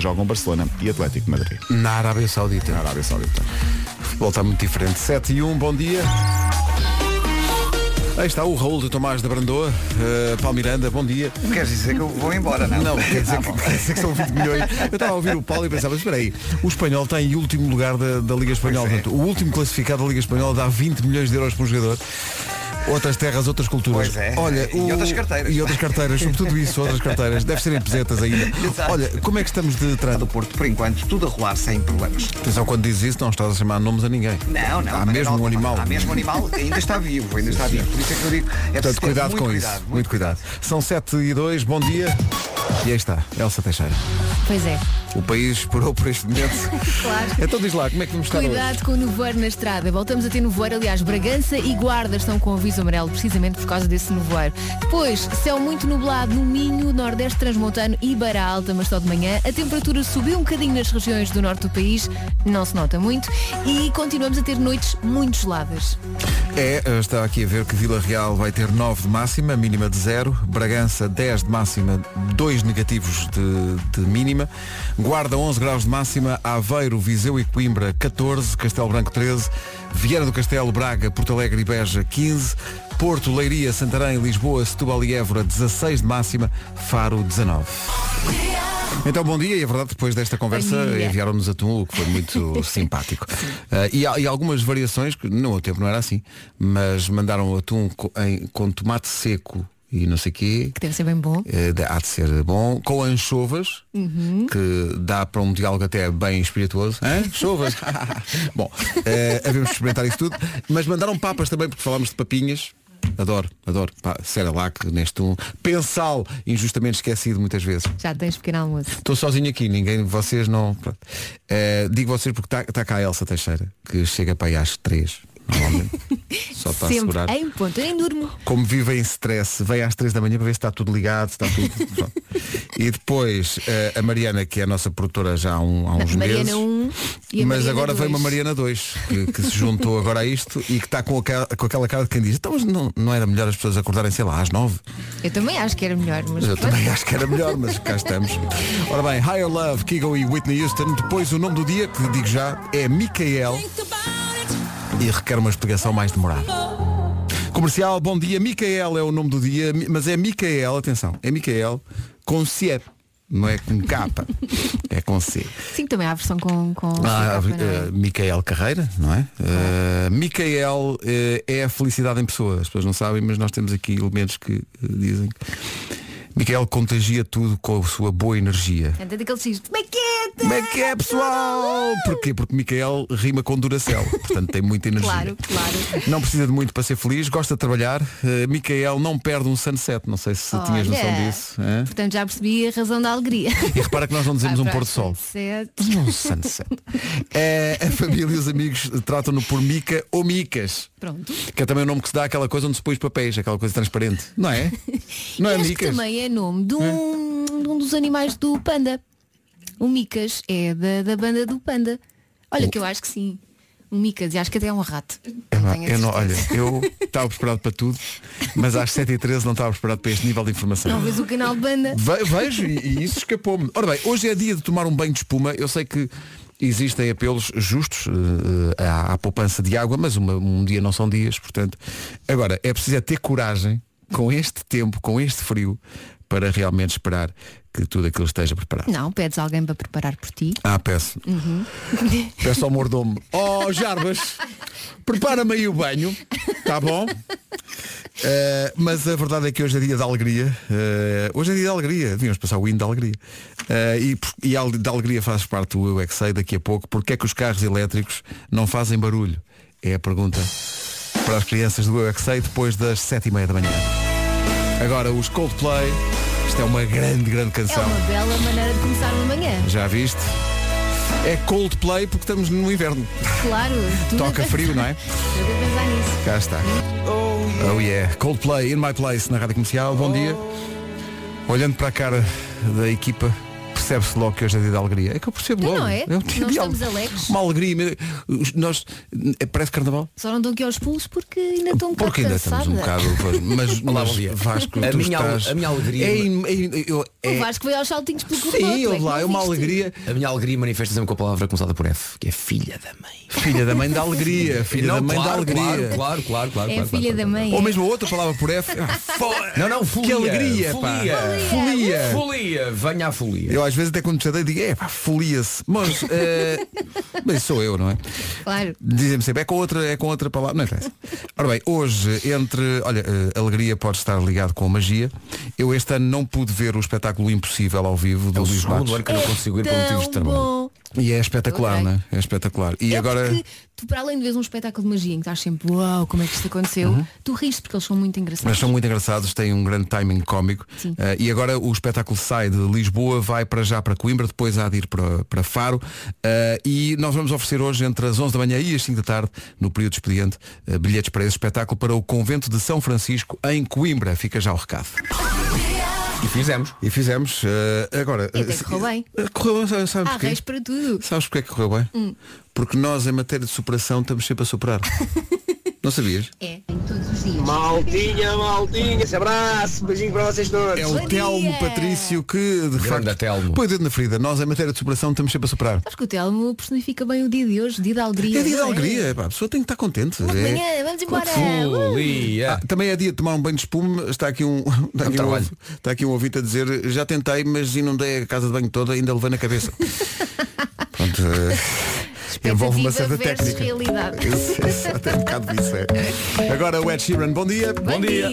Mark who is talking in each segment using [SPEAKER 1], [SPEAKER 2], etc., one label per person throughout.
[SPEAKER 1] jogam Barcelona e Atlético de Madrid.
[SPEAKER 2] Na Arábia Saudita.
[SPEAKER 1] Na Arábia Saudita.
[SPEAKER 2] O futebol está muito diferente. 7 e 1, bom dia. Aí está o Raul de Tomás da Brandoa, uh, Paulo Miranda, bom dia.
[SPEAKER 3] Queres dizer que eu vou embora, não?
[SPEAKER 2] Não, quer dizer, que, quer dizer que são 20 milhões. Eu estava a ouvir o Paulo e pensava, mas espera aí, o espanhol está em último lugar da, da Liga Espanhola.
[SPEAKER 3] Pois é.
[SPEAKER 2] Portanto, o último classificado da Liga Espanhola dá 20 milhões de euros para um jogador. Outras terras, outras culturas.
[SPEAKER 3] Pois é.
[SPEAKER 2] Olha,
[SPEAKER 3] E outras carteiras.
[SPEAKER 2] E outras carteiras, sobretudo isso, outras carteiras. Deve serem pesetas ainda.
[SPEAKER 3] Exato.
[SPEAKER 2] Olha, como é que estamos de
[SPEAKER 3] Está
[SPEAKER 2] trânsito?
[SPEAKER 3] do Porto, por enquanto, tudo a rolar sem problemas.
[SPEAKER 2] Atenção, quando dizes isso, não estás a chamar nomes a ninguém.
[SPEAKER 3] Não, não.
[SPEAKER 2] Há
[SPEAKER 3] de maneira
[SPEAKER 2] mesmo um
[SPEAKER 3] alguma.
[SPEAKER 2] animal.
[SPEAKER 3] Há mesmo um animal, ainda está vivo, ainda está vivo. Por isso é que eu digo, é preciso
[SPEAKER 2] Portanto,
[SPEAKER 3] ter
[SPEAKER 2] cuidado
[SPEAKER 3] muito
[SPEAKER 2] com
[SPEAKER 3] cuidado,
[SPEAKER 2] isso. Muito, cuidado. São 7 e 2, bom dia. E aí está, Elsa Teixeira.
[SPEAKER 4] Pois é.
[SPEAKER 2] O país esperou por este momento.
[SPEAKER 4] Claro.
[SPEAKER 2] Então diz lá, como é que vamos estar hoje?
[SPEAKER 4] Cuidado com o nevoeiro na estrada. Voltamos a ter nevoeiro. Aliás, Bragança e Guarda estão com aviso amarelo precisamente por causa desse nevoeiro. Depois, céu muito nublado no Minho, Nordeste Transmontano e Beira Alta, mas só de manhã. A temperatura subiu um bocadinho nas regiões do norte do país, não se nota muito. E continuamos a ter noites muito geladas.
[SPEAKER 2] É, eh, está aqui a ver que Vila Real vai ter 9 de máxima, mínima de 0. Bragança 10 de máxima, 2 negativos de, de mínima. Guarda 11 graus de máxima, Aveiro, Viseu e Coimbra 14, Castelo Branco 13, Vieira do Castelo, Braga, Porto Alegre e Beja 15, Porto, Leiria, Santarém, Lisboa, Setúbal e Évora 16 de máxima, Faro 19. Então bom dia e a verdade depois desta conversa
[SPEAKER 4] Bom dia.
[SPEAKER 2] enviaram-nos atum, o que foi muito simpático. Ah, e, há- e algumas variações, que no meu tempo não era assim, mas mandaram atum co- em- com tomate seco e não sei quê.
[SPEAKER 4] Que deve ser bem bom.
[SPEAKER 2] eh, de- Há de ser bom Com anchovas
[SPEAKER 4] Uhum.
[SPEAKER 2] Que dá para um diálogo até bem espirituoso Hã? Anchovas Bom, eh, havemos de experimentar isso tudo Mas mandaram papas também porque falámos de papinhas Adoro, adoro Pá, Cerelac, neste um Pensal, injustamente esquecido muitas vezes
[SPEAKER 4] Já tens pequeno almoço.
[SPEAKER 2] Estou sozinho aqui, ninguém, vocês não. pronto. Eh, digo vocês porque está tá cá a Elsa Teixeira, que chega para aí às três, normalmente. Só para
[SPEAKER 4] Sempre
[SPEAKER 2] assegurar.
[SPEAKER 4] em ponto. Eu nem durmo.
[SPEAKER 2] Como vive em stress, vem às três da manhã para ver se está tudo ligado, se está tudo. pronto. e depois eh, a Mariana, que é a nossa produtora já há, um, há uns meses.
[SPEAKER 4] Mariana 1 e a
[SPEAKER 2] mas
[SPEAKER 4] Mariana
[SPEAKER 2] agora veio uma
[SPEAKER 4] 2.
[SPEAKER 2] Mariana 2 que, que se juntou agora a isto e que está com, aquela- com aquela cara de quem diz, então mas não, não era melhor as pessoas acordarem, sei lá, às nove.
[SPEAKER 4] Eu também acho que era melhor, mas
[SPEAKER 2] Eu também acho que era melhor, mas cá estamos. Ora bem, Higher Love, Kigo e Whitney Houston. Depois o nome do dia, que digo já, é Micael e requer uma explicação mais demorada. Comercial, bom dia. Micael é o nome do dia, mi- mas é Micael, atenção, é Micael com C. Não é com K, é com C.
[SPEAKER 4] Sim, também há a versão com. com
[SPEAKER 2] Ah,
[SPEAKER 4] com- não é?
[SPEAKER 2] eh, Micael Carreira, não é? Eh, Micael eh, é a felicidade em pessoa. As pessoas não sabem, mas nós temos aqui elementos que eh, dizem. Micael contagia tudo com a sua boa energia.
[SPEAKER 4] Tanto daqueles diz, como é que é?
[SPEAKER 2] Como é que é, pessoal? Porquê? Porque Micael rima com Duracel. Portanto, tem muita energia.
[SPEAKER 4] Claro, claro.
[SPEAKER 2] Não precisa de muito para ser feliz, gosta de trabalhar. Eh, Micael não perde um sunset. Não sei se tinhas noção
[SPEAKER 4] Olha.
[SPEAKER 2] disso. é? hã?
[SPEAKER 4] Portanto, já percebi a razão da alegria.
[SPEAKER 2] E repara que nós não dizemos
[SPEAKER 4] Vai
[SPEAKER 2] um
[SPEAKER 4] para
[SPEAKER 2] pôr do
[SPEAKER 4] a
[SPEAKER 2] sol.
[SPEAKER 4] sunset.
[SPEAKER 2] Um sunset. É, a família e os amigos tratam-no por Mica ou Micas.
[SPEAKER 4] Pronto.
[SPEAKER 2] Que é também o nome que se dá àquela coisa onde se põe os papéis, aquela coisa transparente. Não é? Não
[SPEAKER 4] E
[SPEAKER 2] é
[SPEAKER 4] acho que
[SPEAKER 2] Micas?
[SPEAKER 4] também é nome de um, de um dos animais do panda. O Micas é da, da banda do panda. Olha que eu acho que sim. O Micas, e acho que até é um rato.
[SPEAKER 2] É pá,
[SPEAKER 4] tenho a
[SPEAKER 2] eu não, olha,
[SPEAKER 4] certeza.
[SPEAKER 2] eu estava preparado para tudo, mas às 7h13 não estava preparado para este nível de informação.
[SPEAKER 4] Não vês o canal de banda?
[SPEAKER 2] Ve- Vejo e, e isso escapou-me. Ora bem, hoje é dia de tomar um banho de espuma. Eu sei que existem apelos justos eh, à, à poupança de água, mas uma- um dia não são dias, portanto. Agora, é preciso é ter coragem com este tempo, com este frio, para realmente esperar que tudo aquilo esteja preparado.
[SPEAKER 4] Não, pedes alguém para preparar por ti. É
[SPEAKER 2] Ah, peço. Peço ao mordomo. Oh, Jarbas, prepara-me aí o banho. Tá bom? Eh, mas a verdade é que hoje é dia da alegria. Eh, hoje é dia da alegria. Devíamos passar o hino da alegria. Eh, e, por- e a ale- da alegria faz parte do Eu É Que Sei daqui a pouco. Porque é que os carros elétricos não fazem barulho? É a pergunta para as crianças do Eu É Que Sei depois das sete e meia da manhã. Agora os Coldplay. Isto é uma grande, grande
[SPEAKER 4] É
[SPEAKER 2] canção.
[SPEAKER 4] uma bela maneira de começar uma manhã.
[SPEAKER 2] Já viste? É Coldplay porque estamos no inverno.
[SPEAKER 4] Claro. tu
[SPEAKER 2] Toca
[SPEAKER 4] não-
[SPEAKER 2] frio, não é?
[SPEAKER 4] Eu vou pensar nisso.
[SPEAKER 2] Cá está. Oh yeah. Coldplay in my place na Rádio Comercial. Bom dia. Olhando para a cara da equipa, percebe-se logo que hoje é dia da alegria. É que eu percebo
[SPEAKER 4] Então
[SPEAKER 2] logo.
[SPEAKER 4] não é?
[SPEAKER 2] um
[SPEAKER 4] Nós
[SPEAKER 2] dia de
[SPEAKER 4] estamos
[SPEAKER 2] ale-
[SPEAKER 4] alegres.
[SPEAKER 2] Uma alegria. mesmo. Os- Nós, eh, parece carnaval.
[SPEAKER 4] Só não dou aqui aos pulos porque ainda estou um bocado
[SPEAKER 2] Porque ainda
[SPEAKER 4] cansada.
[SPEAKER 2] estamos um bocado. pois, Mas,
[SPEAKER 5] Olá,
[SPEAKER 2] mas
[SPEAKER 5] bom dia.
[SPEAKER 2] Vasco,
[SPEAKER 5] A
[SPEAKER 2] tu
[SPEAKER 5] minha al-
[SPEAKER 2] estás-
[SPEAKER 5] a minha alegria-
[SPEAKER 2] É, im- é im- eu-
[SPEAKER 4] O
[SPEAKER 2] é-
[SPEAKER 4] Vasco veio aos saltinhos pelo corredor.
[SPEAKER 2] Sim,
[SPEAKER 4] tu
[SPEAKER 2] ouve
[SPEAKER 4] que
[SPEAKER 2] lá,
[SPEAKER 4] não
[SPEAKER 2] é uma
[SPEAKER 4] viste?
[SPEAKER 2] alegria.
[SPEAKER 5] A minha alegria manifesta sempre com a palavra começada por F, que é filha da mãe.
[SPEAKER 2] Filha da mãe da alegria. Filha da mãe da alegria.
[SPEAKER 5] Claro, claro, claro, claro.
[SPEAKER 4] É
[SPEAKER 5] claro,
[SPEAKER 4] filha
[SPEAKER 5] claro,
[SPEAKER 4] da
[SPEAKER 5] claro.
[SPEAKER 4] mãe.
[SPEAKER 2] Ou
[SPEAKER 4] é.
[SPEAKER 2] mesmo a outra palavra por F. Ah, fo-
[SPEAKER 5] Não, não, folia.
[SPEAKER 2] Que alegria, pá.
[SPEAKER 5] folia.
[SPEAKER 2] Folia.
[SPEAKER 5] Folia, venha à folia.
[SPEAKER 2] Eu às vezes até quando me chatei digo, é pá, folia-se. Mas, eh, mas sou eu, não é?
[SPEAKER 4] Claro.
[SPEAKER 2] Dizem-me sempre, é com outra, é com outra palavra. Não interessa. Ora bem, hoje, entre. Olha, eh, alegria pode estar ligado com a magia. Eu este ano não pude ver o espetáculo Impossível ao vivo do
[SPEAKER 5] É o
[SPEAKER 2] Luís
[SPEAKER 5] segundo
[SPEAKER 2] Matos.
[SPEAKER 5] ano que não consigo ir por motivos de
[SPEAKER 4] É Tão
[SPEAKER 5] trabalho.
[SPEAKER 4] bom.
[SPEAKER 2] E é espetacular,
[SPEAKER 4] Adorei.
[SPEAKER 2] não é? É espetacular. E
[SPEAKER 4] É
[SPEAKER 2] agora.
[SPEAKER 4] porque tu, para além de veres um espetáculo de magia em que estás sempre, uau, como é que isto aconteceu, tu riste porque eles são muito
[SPEAKER 2] Uhum. Mas
[SPEAKER 4] engraçados.
[SPEAKER 2] são muito engraçados, têm um grande timing cómico.
[SPEAKER 4] Sim.
[SPEAKER 2] Eh, e agora o espetáculo sai de Lisboa, vai para já para Coimbra, depois há de ir para, para Faro. Eh, e nós vamos oferecer hoje, entre as 11 da manhã e as 5 da tarde, no período de expediente, eh, bilhetes para esse espetáculo para o Convento de São Francisco, em Coimbra. Fica já o recado.
[SPEAKER 5] E fizemos.
[SPEAKER 2] E fizemos. eh, agora.
[SPEAKER 4] E até
[SPEAKER 2] eh,
[SPEAKER 4] correu bem.
[SPEAKER 2] eh, Correu bem, sabes, sabes
[SPEAKER 4] Há
[SPEAKER 2] porquê?
[SPEAKER 4] reis para tudo. Hum.
[SPEAKER 2] Sabes porquê que correu bem? Porque nós, em matéria de superação, estamos sempre a superar. Não sabias?
[SPEAKER 4] É.
[SPEAKER 6] Maltinha, maltinha, esse abraço, beijinho para vocês todos.
[SPEAKER 2] É o
[SPEAKER 4] Bom
[SPEAKER 2] Telmo
[SPEAKER 4] dia.
[SPEAKER 2] Patrício que de
[SPEAKER 5] Grande
[SPEAKER 2] facto
[SPEAKER 5] Telmo.
[SPEAKER 2] põe o dedo na ferida. Nós em matéria de superação estamos sempre a superar.
[SPEAKER 4] Acho que o Telmo personifica bem o dia de hoje, dia de alegria.
[SPEAKER 2] É dia de
[SPEAKER 4] não
[SPEAKER 2] alegria, pá, a pessoa tem que estar contente.
[SPEAKER 4] Logo de
[SPEAKER 2] É-
[SPEAKER 4] manhã, vamos embora.
[SPEAKER 5] Folia.
[SPEAKER 2] Ah, também é dia de tomar um banho de espuma, está aqui um, está aqui um,
[SPEAKER 5] trabalho.
[SPEAKER 2] ouvi- está aqui um ouvinte a dizer, já tentei, mas inundei a casa de banho toda, ainda levei na cabeça. Pronto, eh, envolve uma certa
[SPEAKER 4] Expectativa versus
[SPEAKER 2] técnica.
[SPEAKER 4] realidade.
[SPEAKER 2] Isso, isso, até um bocado disso, é. Agora o Ed Sheeran, bom dia.
[SPEAKER 4] Bom dia.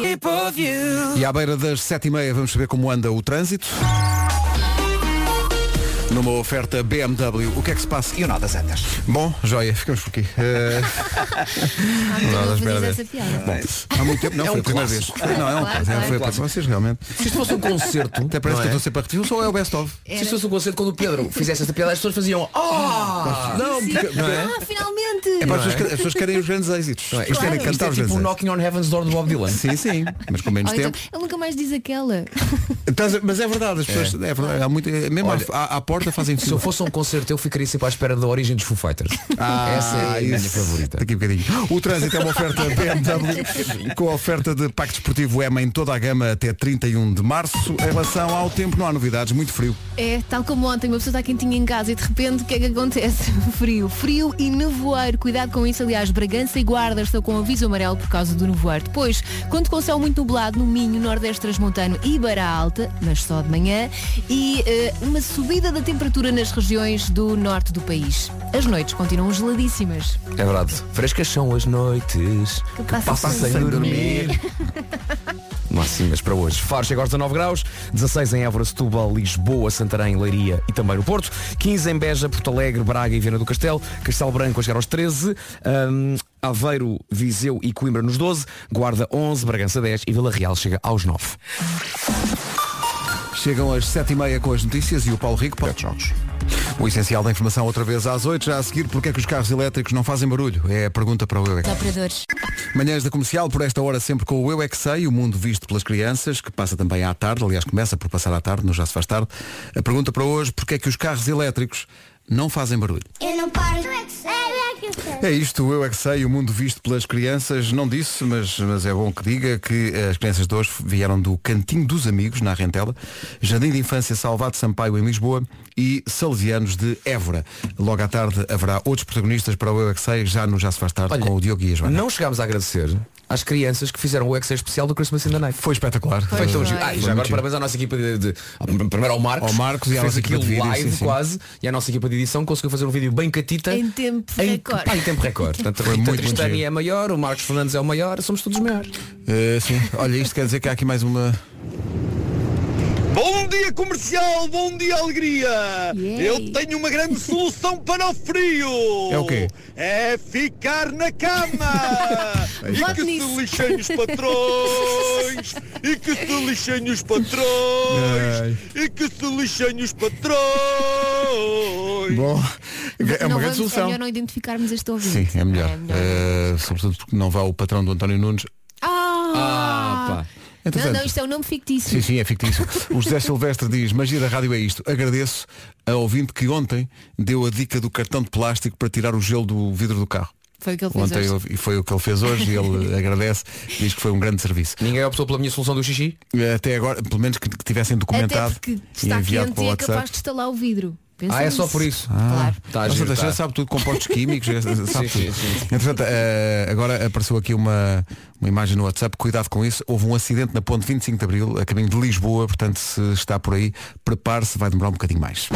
[SPEAKER 2] E à beira das sete e meia vamos saber como anda o trânsito. Numa oferta BMW, o que é que se passa?
[SPEAKER 3] E o nó das andas.
[SPEAKER 2] Bom, joia, ficamos por aqui. Eh,
[SPEAKER 4] Ah, então
[SPEAKER 2] Nada,
[SPEAKER 4] não
[SPEAKER 2] espera
[SPEAKER 4] fazes
[SPEAKER 2] ver.
[SPEAKER 4] essa piada.
[SPEAKER 2] há muito tempo, não,
[SPEAKER 5] É
[SPEAKER 2] foi
[SPEAKER 5] um
[SPEAKER 2] a primeira
[SPEAKER 5] clássico.
[SPEAKER 2] vez. Não, é um clássico.
[SPEAKER 4] claro.
[SPEAKER 2] Foi para vocês realmente.
[SPEAKER 5] Se isto fosse um concerto,
[SPEAKER 2] Até parece
[SPEAKER 5] não
[SPEAKER 2] que eu
[SPEAKER 5] é?
[SPEAKER 2] estou sempre a repetir, só é o best of.
[SPEAKER 5] se isto fosse um concerto, quando o Pedro fizesse esta piada, as pessoas faziam Ah! Não,
[SPEAKER 4] Sim.
[SPEAKER 5] porque- não é?
[SPEAKER 4] Ah, finalmente!
[SPEAKER 2] É para as, pessoas, que- as pessoas querem os grandes êxitos.
[SPEAKER 5] Não é?
[SPEAKER 2] Isto
[SPEAKER 5] Isto,
[SPEAKER 2] é
[SPEAKER 5] é, isto
[SPEAKER 2] cantar
[SPEAKER 5] é
[SPEAKER 2] os
[SPEAKER 5] tipo um
[SPEAKER 2] grandes
[SPEAKER 5] Knocking on Heaven's Door do Bob Dylan.
[SPEAKER 2] êxitos. Sim, sim, mas com menos
[SPEAKER 4] Ou então,
[SPEAKER 2] tempo.
[SPEAKER 4] ele nunca mais diz aquela.
[SPEAKER 5] então-
[SPEAKER 2] Estás a- Mas é verdade, as pessoas. É, verdade, há muito, é, mesmo
[SPEAKER 5] Olha,
[SPEAKER 2] à, à- à porta fazem
[SPEAKER 5] Se eu
[SPEAKER 2] fila.
[SPEAKER 5] fosse um concerto, eu ficaria sempre à espera da origem dos Foo Fighters. Essa é a minha
[SPEAKER 2] Ah, isso.
[SPEAKER 5] favorita.
[SPEAKER 2] Daqui a bocadinho. O trânsito é uma oferta BMW com a oferta de Pacto Esportivo EMA em toda a gama até 31 de março. Em relação ao tempo, não há novidades, muito frio.
[SPEAKER 4] É, tal como ontem, uma pessoa está quentinha em casa e de repente o que é que acontece? Frio. Frio e nevoeiro. Cuidado com isso. Aliás, Bragança e Guarda estão com aviso amarelo por causa do nevoeiro. Depois, quando com céu muito nublado no Minho, Nordeste Transmontano e Beira Alta, mas só de manhã, e eh, uma subida da temperatura nas regiões do norte do país. As noites continuam geladíssimas.
[SPEAKER 5] É verdade. Frescas são as noites que,
[SPEAKER 4] passam
[SPEAKER 5] passam
[SPEAKER 4] sem
[SPEAKER 5] sem dormir. Máximas para hoje. Faro chega aos 19 graus, 16 em Évora, Setúbal, Lisboa, Santarém, Leiria e também no Porto, 15 em Beja, Porto Alegre, Braga e Viana do Castelo, Castelo Branco a chegar aos 13, hum, Aveiro, Viseu e Coimbra nos 12, Guarda 11, Bragança 10 e Vila Real chega aos 9.
[SPEAKER 2] Chegam às 7h30 com as notícias e o Paulo Rico. Paulo... O essencial da informação outra vez às 8 já a seguir, porque é que os carros elétricos não fazem barulho? É a pergunta para o Eu é que Sei.
[SPEAKER 4] Operadores.
[SPEAKER 2] Manhãs da Comercial, por esta hora sempre com o Eu é que Sei, o mundo visto pelas crianças, que passa também à tarde, aliás começa por passar à tarde, não já se faz tarde. A pergunta para hoje, porque é que os carros elétricos não fazem barulho?
[SPEAKER 7] Eu não paro. Eu é que sei, eu é que sei.
[SPEAKER 2] É isto, o eu é que sei, o mundo visto pelas crianças, não disse, mas, mas é bom que diga que as crianças de hoje vieram do Cantinho dos Amigos, na Rentela, Jardim de Infância Salvado Sampaio, em Lisboa, e Salesianos de Évora. Logo à tarde haverá outros protagonistas para o Eu é que sei, já no Já se faz tarde,
[SPEAKER 5] Olha,
[SPEAKER 2] com o Diogo e a Joana.
[SPEAKER 5] Não chegámos a agradecer às crianças que fizeram o Excel especial do Christmas in the Night.
[SPEAKER 2] Foi espetacular.
[SPEAKER 5] Foi tão
[SPEAKER 4] Foi.
[SPEAKER 5] giro. Ah, e
[SPEAKER 2] Foi
[SPEAKER 5] já agora
[SPEAKER 2] muito giro.
[SPEAKER 5] parabéns à nossa equipa de, de- primeiro ao Marcos,
[SPEAKER 2] Ao Marcos e à
[SPEAKER 5] que fez
[SPEAKER 2] nossa equipa
[SPEAKER 5] aquilo
[SPEAKER 2] de vídeo,
[SPEAKER 5] live
[SPEAKER 2] sim, sim.
[SPEAKER 5] quase e à nossa equipa de edição conseguiu fazer um vídeo bem catita
[SPEAKER 4] Em tempo
[SPEAKER 5] em,
[SPEAKER 4] recorde.
[SPEAKER 5] pá, em tempo recorde. Portanto, a
[SPEAKER 2] Foi
[SPEAKER 5] Rita
[SPEAKER 2] muito, muito
[SPEAKER 5] Tristani
[SPEAKER 2] giro.
[SPEAKER 5] é maior, o Marcos Fernandes é o maior, somos todos maiores.
[SPEAKER 2] Eh, sim. Olha, isto quer dizer que há aqui mais uma...
[SPEAKER 8] Bom dia comercial, bom dia alegria.
[SPEAKER 4] Yay.
[SPEAKER 8] Eu tenho uma grande solução para o frio.
[SPEAKER 2] É o quê?
[SPEAKER 8] É ficar na cama. e
[SPEAKER 2] É
[SPEAKER 4] Vote
[SPEAKER 8] que
[SPEAKER 4] nisso.
[SPEAKER 8] se lixem os patrões. e que se lixem os
[SPEAKER 2] Ai.
[SPEAKER 8] patrões. e que se lixem os patrões.
[SPEAKER 2] Bom, é uma
[SPEAKER 4] não
[SPEAKER 2] grande
[SPEAKER 4] vamos, é
[SPEAKER 2] solução.
[SPEAKER 4] melhor não identificarmos este
[SPEAKER 2] Sim,
[SPEAKER 4] ouvinte.
[SPEAKER 2] é melhor. Eh, sobretudo porque não vá o patrão do António Nunes
[SPEAKER 4] Ah,
[SPEAKER 5] Ah, pá.
[SPEAKER 4] Não,
[SPEAKER 2] Entretanto-
[SPEAKER 4] não, isto é um nome fictício.
[SPEAKER 2] Sim, sim, é fictício. O José Silvestre diz, magia da rádio é isto. Agradeço a ouvinte que ontem deu a dica do cartão de plástico para tirar o gelo do vidro do carro.
[SPEAKER 4] Foi o que ele fez
[SPEAKER 2] Ontem
[SPEAKER 4] hoje.
[SPEAKER 2] eu- e foi o que ele fez hoje e ele agradece, diz que foi um grande serviço.
[SPEAKER 5] Ninguém optou pela minha solução do xixi?
[SPEAKER 2] Até agora, pelo menos que, que tivessem
[SPEAKER 4] Até
[SPEAKER 2] documentado
[SPEAKER 4] porque
[SPEAKER 2] e
[SPEAKER 4] está
[SPEAKER 2] enviado
[SPEAKER 4] quente
[SPEAKER 2] para o
[SPEAKER 4] e é capaz
[SPEAKER 2] WhatsApp.
[SPEAKER 4] de estalar o vidro. Pensa
[SPEAKER 5] Ah, é só
[SPEAKER 4] nisso.
[SPEAKER 5] por isso.
[SPEAKER 4] Claro.
[SPEAKER 5] Tá,
[SPEAKER 2] A
[SPEAKER 5] giro,
[SPEAKER 2] Santa
[SPEAKER 5] tá.
[SPEAKER 2] Cheira sabe tudo, compostos químicos, é, sabe
[SPEAKER 5] Sim,
[SPEAKER 2] tudo.
[SPEAKER 5] sim, sim.
[SPEAKER 2] Entretanto, eh, agora apareceu aqui uma, uma imagem no WhatsApp, cuidado com isso. Houve um acidente na ponte 25 de Abril, a caminho de Lisboa, portanto, se está por aí, prepare-se, vai demorar um bocadinho mais.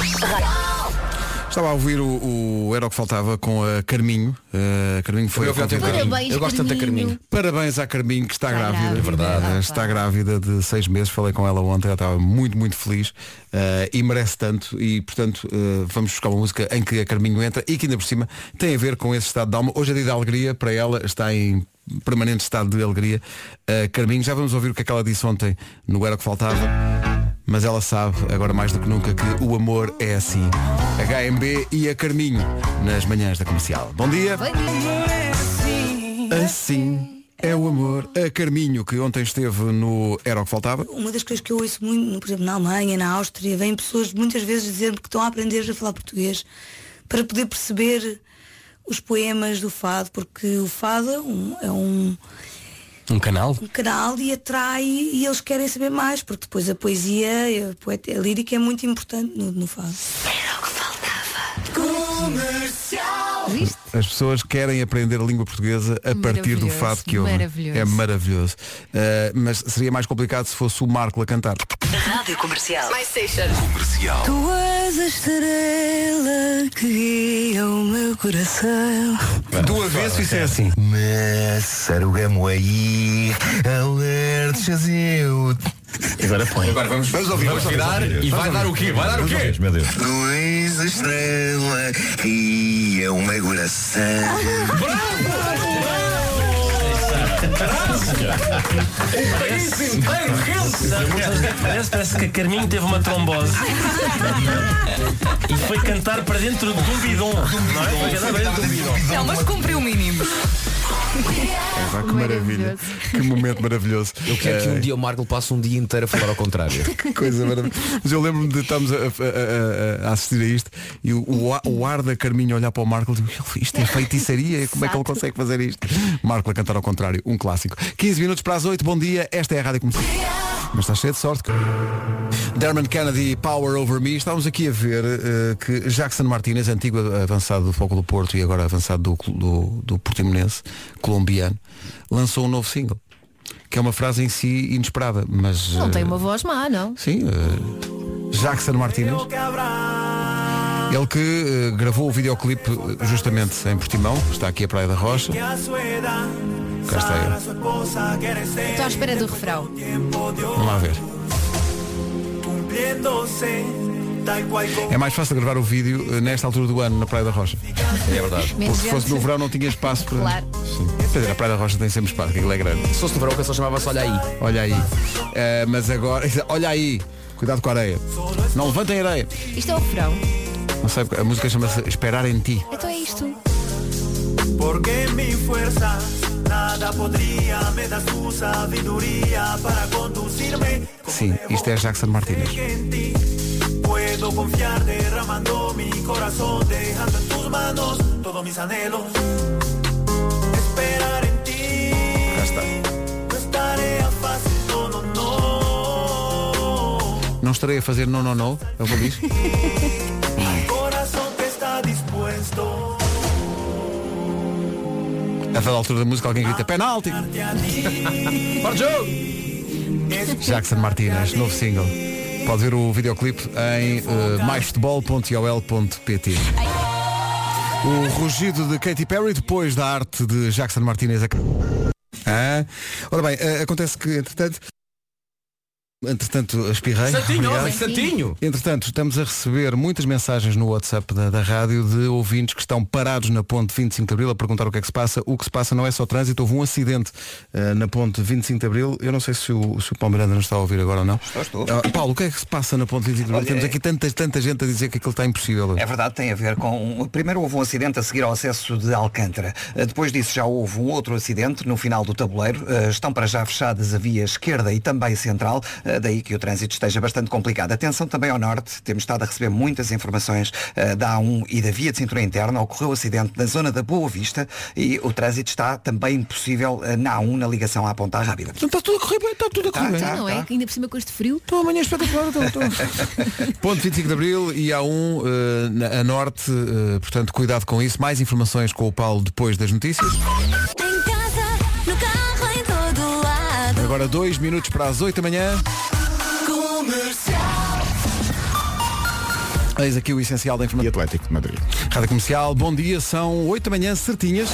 [SPEAKER 2] Estava a ouvir o, o Era o que Faltava com a Carminho. Eh, a Carminho foi
[SPEAKER 5] Eu ouvi ontem
[SPEAKER 2] convidada.
[SPEAKER 5] Carminho.
[SPEAKER 4] Parabéns,
[SPEAKER 5] Eu gosto tanto da Carminho.
[SPEAKER 2] Parabéns à Carminho que está,
[SPEAKER 4] Está
[SPEAKER 2] grávida.
[SPEAKER 4] grávida, É verdade.
[SPEAKER 2] Eh, Está grávida de seis meses. Falei com ela ontem. Ela estava muito, muito feliz. eh, e merece tanto. E, portanto, eh, vamos buscar uma música em que a Carminho entra e que ainda por cima tem a ver com esse estado de alma. Hoje é dia da alegria para ela. Está em permanente estado de alegria. Eh, Carminho, já vamos ouvir o que é que ela disse ontem no Era o que Faltava. Mas ela sabe, agora mais do que nunca, que o amor é assim. HMB e a Carminho, nas manhãs da comercial. Bom dia.
[SPEAKER 4] Bom dia.
[SPEAKER 2] Assim é o amor. A Carminho, que ontem esteve no Era o que Faltava.
[SPEAKER 9] Uma das coisas que eu ouço muito, por exemplo, na Alemanha, na Áustria, vêm pessoas muitas vezes dizer-me que estão a aprender a falar português para poder perceber os poemas do fado, porque o fado é um, é um-
[SPEAKER 5] Um canal?
[SPEAKER 9] um canal e atrai e eles querem saber mais, porque depois a poesia, e a, poeta, a lírica é muito importante no, no fado.
[SPEAKER 4] Viste?
[SPEAKER 2] As pessoas querem aprender a língua portuguesa a partir do
[SPEAKER 4] Maravilhoso,
[SPEAKER 2] fado que ouvem.
[SPEAKER 4] maravilhoso.
[SPEAKER 2] É maravilhoso. Uh, mas seria mais complicado se fosse o Marco a cantar.
[SPEAKER 8] Rádio Comercial. My Station.
[SPEAKER 9] Tu és a estrela que guia o meu coração.
[SPEAKER 2] Do avesso isso é assim.
[SPEAKER 10] Mas sarugamo aí, alerteseu. Agora põe. Agora vamos, vamos ouvir. Vamos virar e vai dar o quê? Vai dar o quê? Meu Deus. Luís Estrela e é uma coração.
[SPEAKER 8] Parece, parece que a Carminho teve uma trombose e foi cantar para dentro de um bidon. Não é? Foi cantar para dentro de um bidon.
[SPEAKER 11] Não, mas cumpriu o mínimo.
[SPEAKER 2] Ah, que maravilha. Que momento maravilhoso.
[SPEAKER 5] Eu quero que um dia o Marco passe um dia inteiro a falar ao contrário.
[SPEAKER 2] Que coisa maravilhosa. Mas eu lembro-me de estarmos a, a- a- a assistir a isto e o, o a- o ar da Carminho olhar para o Marco e dizer, isto é feitiçaria, como é que ele consegue fazer isto? Marco a cantar ao contrário, um clássico. 15 minutos para as 8, bom dia, esta é a Rádio Comercial. Mas está cheio de sorte. Dermot Kennedy, Power Over Me. Estávamos aqui a ver eh, que Jackson Martinez, antigo avançado do Foco do Porto e agora avançado do, cl- do, do Portimonense, colombiano, lançou um novo single. Que é uma frase em si inesperada, mas...
[SPEAKER 4] Não
[SPEAKER 2] eh,
[SPEAKER 4] tem uma voz má, não?
[SPEAKER 2] Sim, eh, Jackson Martinez. Ele que eh, gravou o videoclipe eh, justamente em Portimão, está aqui a Praia da Rocha. Cá está ele.
[SPEAKER 4] Estou à espera do refrão.
[SPEAKER 5] Hum.
[SPEAKER 2] Vamos lá ver. É mais fácil gravar o vídeo eh, nesta altura do ano na Praia da Rocha.
[SPEAKER 5] É verdade.
[SPEAKER 2] Porque
[SPEAKER 4] Menos
[SPEAKER 2] se fosse
[SPEAKER 4] gente.
[SPEAKER 2] no verão não tinha espaço para.
[SPEAKER 4] Claro.
[SPEAKER 2] Sim. Quer dizer, a Praia da Rocha tem sempre espaço, que aquilo é grande.
[SPEAKER 5] Se fosse no verão, a canção chamava-se Olha aí.
[SPEAKER 2] Olha aí. Eh, mas agora. Olha aí. Cuidado com a areia. Não levantem areia.
[SPEAKER 4] Isto é o refrão.
[SPEAKER 2] Não sei, a música chama-se Esperar em Ti.
[SPEAKER 4] Então é isto.
[SPEAKER 8] Porque mi fuerza nada podría, me das tu sabiduría para conducirme.
[SPEAKER 2] Sim, isto é Jackson Martinez.
[SPEAKER 8] en ti puedo confiar derramando mi corazón dejando en tus manos todos mis anhelos esperar en ti
[SPEAKER 2] Cá está.
[SPEAKER 8] no es tarea fácil no no no
[SPEAKER 2] Não estarei a fazer não, não, não. É o que ele diz.
[SPEAKER 8] corazón que está dispuesto
[SPEAKER 2] A dada altura da música alguém grita penalti. Para o jogo! Jackson Martinez, novo single. Pode ver o videoclipe em eh, maisfutebol.iol.pt O rugido de Katy Perry depois da arte de Jackson Martinez. Ah, ora bem, eh, acontece que, entretanto, Entretanto, espirrei.
[SPEAKER 5] Santinho,
[SPEAKER 2] Obrigado.
[SPEAKER 5] homem, santinho.
[SPEAKER 2] Entretanto, estamos a receber muitas mensagens no WhatsApp da, da rádio de ouvintes que estão parados na ponte 25 de Abril a perguntar o que é que se passa. O que se passa não é só trânsito, houve um acidente eh, na ponte 25 de Abril. Eu não sei se o, se o Paulo Miranda nos está a ouvir agora ou não.
[SPEAKER 3] Estou, estou.
[SPEAKER 2] Ah, Paulo, o que é que se passa na ponte 25 de Abril?
[SPEAKER 3] Olha,
[SPEAKER 2] Temos
[SPEAKER 3] é-
[SPEAKER 2] aqui tanta, tanta gente a dizer que aquilo está impossível.
[SPEAKER 3] É verdade, tem a ver com. Primeiro houve um acidente a seguir ao acesso de Alcântara. Uh, Depois disso já houve um outro acidente no final do tabuleiro. Uh, Estão para já fechadas a via esquerda e também central, uh, daí que o trânsito esteja bastante complicado. Atenção também ao norte, temos estado a receber muitas informações uh, da A1 e da via de cintura interna. Ocorreu acidente na zona da Boa Vista e o trânsito está também impossível uh, na A1 na ligação à Ponta Rábida.
[SPEAKER 2] Então
[SPEAKER 3] Tá,
[SPEAKER 2] Está tudo a correr bem, está tudo a
[SPEAKER 4] Então,
[SPEAKER 5] Ah,
[SPEAKER 4] não
[SPEAKER 5] tá.
[SPEAKER 4] é? Ainda por cima com este frio.
[SPEAKER 2] Estou amanhã espetacular. Ponto 25 de Abril e há um eh, na- a norte, eh, portanto cuidado com isso. Mais informações com o Paulo depois das notícias.
[SPEAKER 8] Em casa, no carro, em todo lado.
[SPEAKER 2] Agora dois minutos para as 8 da manhã.
[SPEAKER 8] Comercial.
[SPEAKER 2] Eis aqui o essencial da informação.
[SPEAKER 1] Atlético de Madrid.
[SPEAKER 2] Rádio Comercial, bom dia, são 8 da manhã certinhas.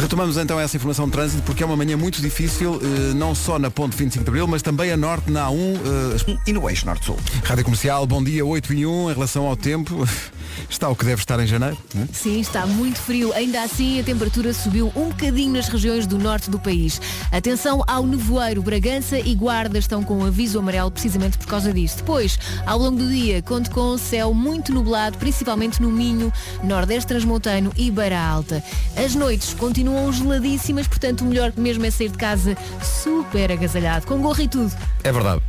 [SPEAKER 2] Retomamos então essa informação de trânsito porque é uma manhã muito difícil, eh, não só na ponte 25 de Abril, mas também a norte na A1. eh,
[SPEAKER 3] E no eixo norte-sul.
[SPEAKER 2] Rádio Comercial, bom dia, 8 e 1, em relação ao tempo, está o que deve estar em janeiro. né?
[SPEAKER 4] Sim, está muito frio. Ainda assim, a temperatura subiu um bocadinho nas regiões do norte do país. Atenção ao nevoeiro. Bragança e Guarda estão com um aviso amarelo precisamente por causa disto. Depois, ao longo do dia, conto com um céu muito nublado, principalmente no Minho, Nordeste Transmontano e Beira Alta. As noites continuam geladíssimas, portanto, o melhor mesmo é sair de casa super agasalhado, com gorro e tudo.
[SPEAKER 5] É verdade.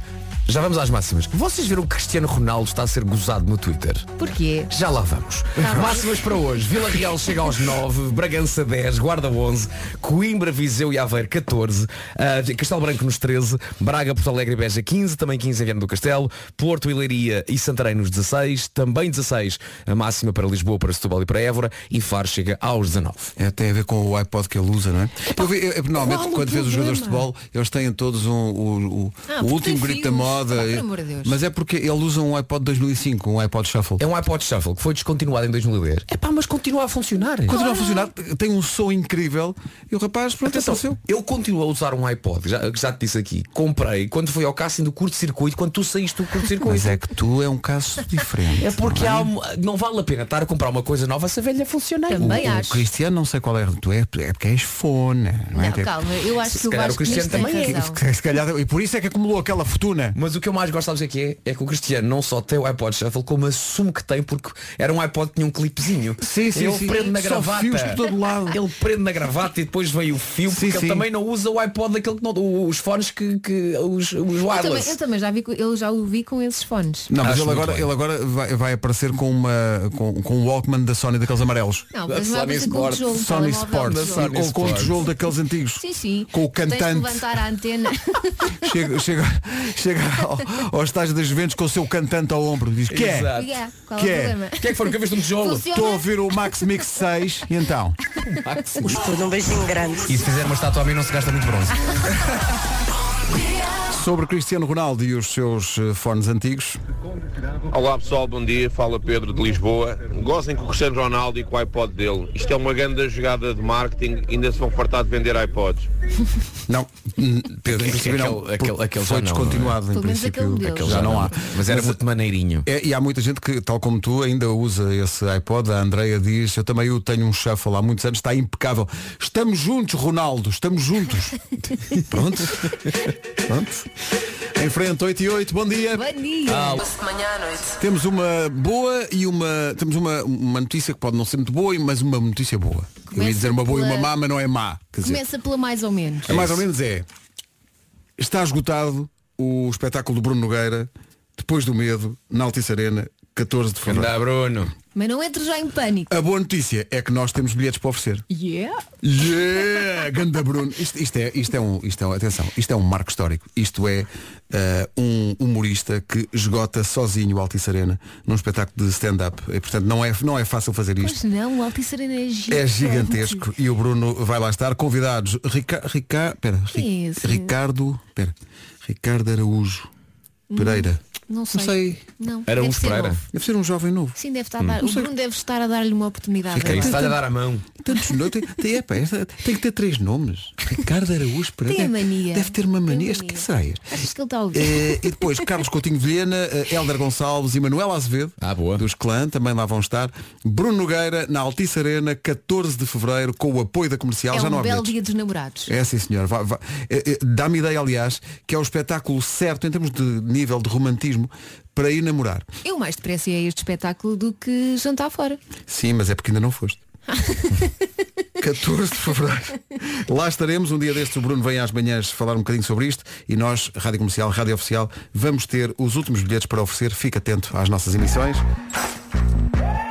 [SPEAKER 5] Já vamos às máximas. Vocês viram que Cristiano Ronaldo está a ser gozado no Twitter?
[SPEAKER 4] Porquê?
[SPEAKER 5] Já lá vamos.
[SPEAKER 4] bom.
[SPEAKER 5] Máximas para hoje. Vila Real chega aos 9, Bragança 10, Guarda 11, Coimbra, Viseu e Aveiro 14, ah, Castelo Branco nos 13, Braga, Porto Alegre e Beja 15, também 15 em Viana do Castelo, Porto, Ilaria e Santarém nos 16, também 16 a máxima para Lisboa, para Setúbal e para Évora e Faro chega aos 19.
[SPEAKER 2] É, tem a ver com o iPod que ele usa, não é? Eu vi- eu- eu-
[SPEAKER 4] qual
[SPEAKER 2] normalmente,
[SPEAKER 4] o
[SPEAKER 2] quando vês os
[SPEAKER 4] problema?
[SPEAKER 2] jogadores de futebol, eles têm todos um, o, o-
[SPEAKER 4] Ah,
[SPEAKER 2] o
[SPEAKER 4] porque
[SPEAKER 2] último
[SPEAKER 4] tem
[SPEAKER 2] grito da
[SPEAKER 4] fios.
[SPEAKER 2] moda.
[SPEAKER 4] Ah, pelo amor de Deus.
[SPEAKER 2] Mas é porque ele usa um iPod 2005, um iPod Shuffle.
[SPEAKER 5] É um iPod Shuffle que foi descontinuado em 2010. É pá, mas continua a funcionar.
[SPEAKER 2] Continua a funcionar, tem um som incrível e o rapaz, pronto, é
[SPEAKER 5] Atenção,
[SPEAKER 2] apareceu.
[SPEAKER 5] Então, eu continuo a usar um iPod, já, já te disse aqui, comprei quando foi ao casting do curto-circuito, quando tu saíste do
[SPEAKER 2] Mas
[SPEAKER 5] curto-circuito.
[SPEAKER 2] é que tu é um caso diferente.
[SPEAKER 5] É porque
[SPEAKER 2] não
[SPEAKER 5] há uma- não vale a pena estar a comprar uma coisa nova se a velha funcionar.
[SPEAKER 4] Também
[SPEAKER 2] O
[SPEAKER 4] acho.
[SPEAKER 2] Cristiano, não sei qual é. Tu é, é porque és fone. Não é?
[SPEAKER 4] Não, calma, eu acho
[SPEAKER 5] Se
[SPEAKER 4] que o
[SPEAKER 5] calhar o
[SPEAKER 4] Vasco
[SPEAKER 5] Cristiano
[SPEAKER 4] neste tem
[SPEAKER 5] também é.
[SPEAKER 4] razão.
[SPEAKER 2] Se- se calhar, e por isso é que acumulou aquela fortuna.
[SPEAKER 5] Mas o que eu mais gosto, sabes o que é que é? É que o Cristiano não só tem o iPod Shuffle, como assume que tem, porque era um iPod que tinha um clipezinho.
[SPEAKER 2] Sim, sim,
[SPEAKER 5] ele
[SPEAKER 2] sim.
[SPEAKER 5] prende na
[SPEAKER 2] Só
[SPEAKER 5] gravata.
[SPEAKER 2] fios por todo lado.
[SPEAKER 5] Ele prende na gravata e depois vem o fio,
[SPEAKER 2] Sim,
[SPEAKER 5] porque
[SPEAKER 2] sim.
[SPEAKER 5] ele também não usa o iPod daquele que não. Os fones que. que os, os
[SPEAKER 4] Eu também,
[SPEAKER 5] wireless.
[SPEAKER 4] eu também já vi, co- eu já o vi com esses fones.
[SPEAKER 2] Não, mas
[SPEAKER 5] Acho
[SPEAKER 2] ele
[SPEAKER 5] muito
[SPEAKER 2] agora,
[SPEAKER 5] bem.
[SPEAKER 2] ele agora vai, vai aparecer com, uma, com, com um Walkman da Sony daqueles amarelos.
[SPEAKER 4] Não, mas não é
[SPEAKER 5] Sony
[SPEAKER 4] preciso com o
[SPEAKER 5] Sport.
[SPEAKER 4] tijolo, um
[SPEAKER 2] Sony
[SPEAKER 4] telemóvel,
[SPEAKER 2] Sports.
[SPEAKER 4] um
[SPEAKER 2] com,
[SPEAKER 4] tijolo.
[SPEAKER 5] da Sony.
[SPEAKER 2] com o
[SPEAKER 5] Sports.
[SPEAKER 2] tijolo daqueles antigos.
[SPEAKER 4] Sim, sim.
[SPEAKER 2] Com o
[SPEAKER 4] Tens de
[SPEAKER 2] cantante.
[SPEAKER 4] levantar a antena.
[SPEAKER 2] Chega, chega, chega ao, ao estágio das Juventus com o seu cantante ao ombro. Diz, que é?
[SPEAKER 5] Exato.
[SPEAKER 4] Yeah, qual
[SPEAKER 2] Que
[SPEAKER 4] é
[SPEAKER 2] é?
[SPEAKER 4] o problema?
[SPEAKER 5] Quem é que foi? Nunca viste um tijolo?
[SPEAKER 4] Funciona?
[SPEAKER 2] Estou a ouvir o Max Mix 6 e então.
[SPEAKER 12] Um beijinho grande.
[SPEAKER 5] E se fizer uma estátua a mim não se gasta muito bronze.
[SPEAKER 2] Sobre Cristiano Ronaldo e os seus eh, fones antigos.
[SPEAKER 13] Olá pessoal, bom dia. Fala Pedro de Lisboa. Gozem com o Cristiano Ronaldo e com o iPod dele. Isto é uma grande jogada de marketing. Ainda se vão fartar de vender iPods.
[SPEAKER 2] Não,
[SPEAKER 5] É
[SPEAKER 2] hum, Pedro, em
[SPEAKER 5] Aquele-
[SPEAKER 2] princípio não.
[SPEAKER 5] aquele-
[SPEAKER 2] porque foi
[SPEAKER 5] aquele já não, não é?
[SPEAKER 2] descontinuado, em
[SPEAKER 4] Pelo menos
[SPEAKER 2] princípio.
[SPEAKER 4] aquele modelo.
[SPEAKER 2] já,
[SPEAKER 5] Já
[SPEAKER 2] não
[SPEAKER 5] não.
[SPEAKER 2] há.
[SPEAKER 5] Mas era muito maneirinho.
[SPEAKER 2] É, e há muita gente que, tal como tu, ainda usa esse iPod. A Andreia diz, eu também o tenho um shuffle há muitos anos, está impecável. Estamos juntos, Ronaldo, estamos juntos. Pronto. Pronto. Em frente, 8 e 8, bom dia.
[SPEAKER 4] Bom dia.
[SPEAKER 2] Ah,
[SPEAKER 12] Manhã à noite.
[SPEAKER 2] Temos uma boa e uma. Temos uma, uma notícia que pode não ser muito boa, mas uma notícia boa. Eu ia
[SPEAKER 4] Começa
[SPEAKER 2] dizer uma boa e
[SPEAKER 4] pela-
[SPEAKER 2] uma má, mas não é má. Quer dizer,
[SPEAKER 4] Começa pela mais ou menos.
[SPEAKER 2] é mais ou menos é. Está esgotado o espetáculo do Bruno Nogueira, depois do medo, na Altice Arena, 14 de fevereiro.
[SPEAKER 5] Anda, Bruno.
[SPEAKER 4] Mas não entre já em pânico.
[SPEAKER 2] A boa notícia é que nós temos bilhetes para oferecer.
[SPEAKER 4] Yeah.
[SPEAKER 2] Yeah! Ganda Bruno. Isto, isto é, isto, é um, isto é um- atenção, isto é um marco histórico. Isto é eh, um humorista que esgota sozinho o Altice Arena num espetáculo de stand-up. E, portanto, não é, não é fácil fazer isto.
[SPEAKER 4] Pois não, o Altice Arena é gigante.
[SPEAKER 2] É gigantesco e o Bruno vai lá estar. Convidados Rica, Rica, pera, Ri-
[SPEAKER 4] Quem é esse?
[SPEAKER 2] Ricardo, pera, Ricardo Araújo Pereira.
[SPEAKER 4] Não sei.
[SPEAKER 2] Não sei.
[SPEAKER 4] Não. Deve ser novo.
[SPEAKER 2] Deve ser um jovem novo.
[SPEAKER 4] Sim, deve
[SPEAKER 2] Hum.
[SPEAKER 4] estar a dar. O Bruno deve estar a dar-lhe uma oportunidade.
[SPEAKER 2] Fiquei,
[SPEAKER 4] agora.
[SPEAKER 2] está-lhe a dar a
[SPEAKER 5] mão.
[SPEAKER 2] Tantos nomes. Tem, tem, epá, esta- tem que ter três nomes. Ricardo Araújo Pereira.
[SPEAKER 4] Tem a
[SPEAKER 2] Deve-
[SPEAKER 4] mania.
[SPEAKER 2] Deve ter uma mania. Este que será este?
[SPEAKER 4] Achas que ele está a ouvir?
[SPEAKER 2] Eh, e depois Carlos Coutinho Vilhena, eh, Hélder Gonçalves e Manuel Azevedo, dos Clã, também lá vão estar. Bruno Nogueira, na Altice Arena, 14 de Fevereiro, com o apoio da comercial.
[SPEAKER 4] é
[SPEAKER 2] Já não
[SPEAKER 4] um
[SPEAKER 2] há
[SPEAKER 4] belo
[SPEAKER 2] bilhetes.
[SPEAKER 4] dia dos namorados.
[SPEAKER 2] É sim senhor. Vá- vá. Eh, eh, Dá-me ideia, aliás, que é o espetáculo certo em termos de nível de romantismo para ir namorar.
[SPEAKER 4] Eu mais depressa ia a este espetáculo do que jantar fora.
[SPEAKER 2] Sim, mas é porque ainda não foste. 14 de Fevereiro. Lá estaremos, um dia destes o Bruno vem às manhãs falar um bocadinho sobre isto e nós, Rádio Comercial, Rádio Oficial, vamos ter os últimos bilhetes para oferecer. Fica atento às nossas emissões.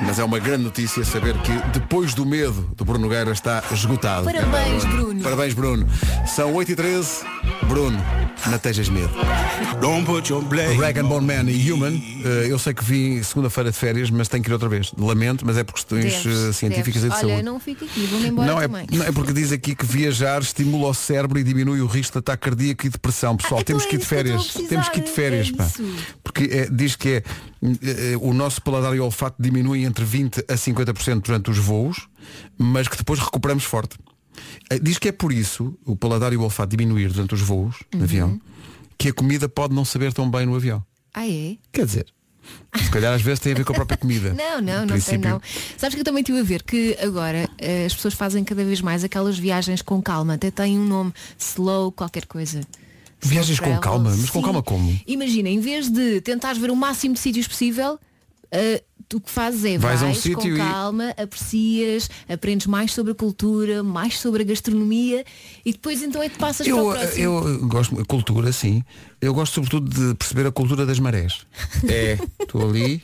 [SPEAKER 2] Mas é uma grande notícia saber que depois do medo do Bruno Nogueira está esgotado.
[SPEAKER 4] Parabéns, Bruno.
[SPEAKER 2] Parabéns, Bruno. São 8 e 13 Bruno, não tejas medo. Rag and Bone Man e Human. eh, eu sei que vim segunda-feira de férias, mas tenho que ir outra vez. Lamento, mas é por questões
[SPEAKER 4] Deves,
[SPEAKER 2] eh, científicas
[SPEAKER 4] deves.
[SPEAKER 2] e de
[SPEAKER 4] Olha,
[SPEAKER 2] saúde.
[SPEAKER 4] não fico aqui, vou-me embora
[SPEAKER 2] Não é,
[SPEAKER 4] também.
[SPEAKER 2] não é porque diz aqui que viajar estimula o cérebro e diminui o risco de ataque cardíaco e
[SPEAKER 4] Ah,
[SPEAKER 2] depressão. Pessoal,
[SPEAKER 4] então
[SPEAKER 2] temos
[SPEAKER 4] é
[SPEAKER 2] que ir de férias. Temos que ir de férias, pá. Porque é, diz que é, hum, é, é, o nosso paladar e olfato diminui entre 20 a 50% durante os voos, mas que depois recuperamos forte. É, Diz que é por isso, o paladar e o olfato diminuir durante os voos no
[SPEAKER 4] Uhum.
[SPEAKER 2] avião, que a comida pode não saber tão bem no avião.
[SPEAKER 4] Ah, é?
[SPEAKER 2] Quer dizer, se calhar às vezes tem a ver com a própria comida.
[SPEAKER 4] Não, não,
[SPEAKER 2] No
[SPEAKER 4] não tem
[SPEAKER 2] princípio-
[SPEAKER 4] não. Sabes que eu também tive a ver que agora eh, as pessoas fazem cada vez mais aquelas viagens com calma, até tem um nome, slow, qualquer coisa.
[SPEAKER 2] Viagens com
[SPEAKER 4] Travel,
[SPEAKER 2] calma, mas com
[SPEAKER 4] sim.
[SPEAKER 2] calma como?
[SPEAKER 4] Imagina, em vez de tentares ver o máximo de sítios possível, eh, tu o que fazes é
[SPEAKER 2] Vais
[SPEAKER 4] vais,
[SPEAKER 2] a um
[SPEAKER 4] com
[SPEAKER 2] sítio e-
[SPEAKER 4] calma, aprecias, aprendes mais sobre a cultura, mais sobre a gastronomia e depois então é que passas para o
[SPEAKER 2] Eu, eh,
[SPEAKER 4] próximo.
[SPEAKER 2] eu gosto, cultura sim, eu gosto sobretudo de perceber a cultura das marés. É. Estou ali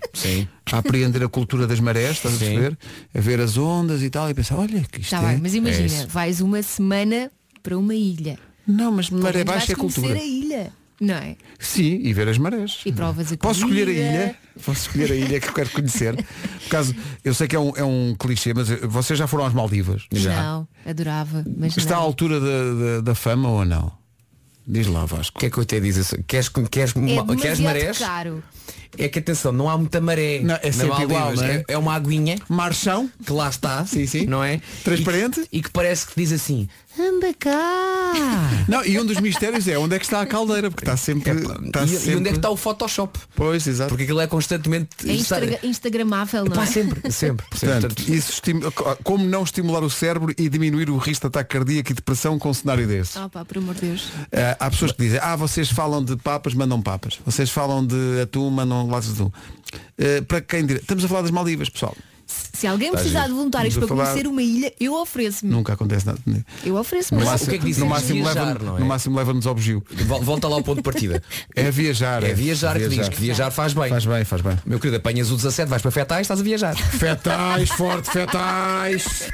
[SPEAKER 2] a apreender a cultura das marés, estás a perceber? A ver as ondas e tal e pensar, olha que isto
[SPEAKER 4] Está
[SPEAKER 2] é.
[SPEAKER 4] Tá bem, mas imagina,
[SPEAKER 2] É isso.
[SPEAKER 4] vais uma semana para uma ilha.
[SPEAKER 2] Não, mas maré
[SPEAKER 4] Maré
[SPEAKER 2] baixa é cultura.
[SPEAKER 4] a ilha, não é?
[SPEAKER 2] Sim, e ver as marés.
[SPEAKER 4] E provas a
[SPEAKER 2] Posso
[SPEAKER 4] comida.
[SPEAKER 2] escolher a ilha? Posso escolher a ilha que eu quero conhecer. Por caso, eu sei que é um, é um clichê, mas eh, vocês já foram às Maldivas?
[SPEAKER 4] Não, adorava. Mas
[SPEAKER 2] Está à
[SPEAKER 4] não.
[SPEAKER 2] altura da, da, da fama ou não? Diz lá, Vasco. O que é que eu te diz? Queres, queres,
[SPEAKER 4] É demasiado caro.
[SPEAKER 5] É que atenção, não há muita maré.
[SPEAKER 2] Não, é
[SPEAKER 5] na
[SPEAKER 2] sempre
[SPEAKER 5] Maldivas.
[SPEAKER 2] igual, não é?
[SPEAKER 5] É uma aguinha.
[SPEAKER 2] Marchão.
[SPEAKER 5] Que lá está. Sim, sim. Não é?
[SPEAKER 2] Transparente.
[SPEAKER 5] E que, e que parece que diz assim.
[SPEAKER 4] Anda cá!
[SPEAKER 2] Não, e um dos mistérios é onde é que está a caldeira, porque está sempre. está
[SPEAKER 5] e, e
[SPEAKER 2] tá sempre...
[SPEAKER 5] onde é que está o Photoshop?
[SPEAKER 2] Pois, exato.
[SPEAKER 5] Porque aquilo é constantemente.
[SPEAKER 4] É instagra- instagramável, não
[SPEAKER 5] Epá,
[SPEAKER 4] é?
[SPEAKER 5] sempre, sempre.
[SPEAKER 2] Portanto, isso estimula- como não estimular o cérebro e diminuir o risco de ataque cardíaco e depressão com um cenário desse?
[SPEAKER 4] Oh pá, por amor de Deus.
[SPEAKER 2] Ah, há pessoas que dizem, ah, vocês falam de papas, mandam papas. Vocês falam de atum, mandam latas de atum. Ah, para quem dirá, estamos a falar das Maldivas, pessoal.
[SPEAKER 4] Se alguém
[SPEAKER 2] Está
[SPEAKER 4] precisar de
[SPEAKER 2] Tá giro.
[SPEAKER 4] voluntários para
[SPEAKER 2] Vamos a falar-
[SPEAKER 4] conhecer uma ilha, eu ofereço-me.
[SPEAKER 2] Nunca acontece nada.
[SPEAKER 4] Eu ofereço-me.
[SPEAKER 2] No máximo- no máximo leva- no máximo leva-nos ao bugio.
[SPEAKER 5] Volta lá ao ponto de partida.
[SPEAKER 2] É viajar.
[SPEAKER 5] É viajar, que diz que viajar faz bem.
[SPEAKER 2] Faz bem, faz bem.
[SPEAKER 5] Meu querido, apanhas o 17, vais para fetais, estás a viajar.
[SPEAKER 2] Fetais, forte, fetais.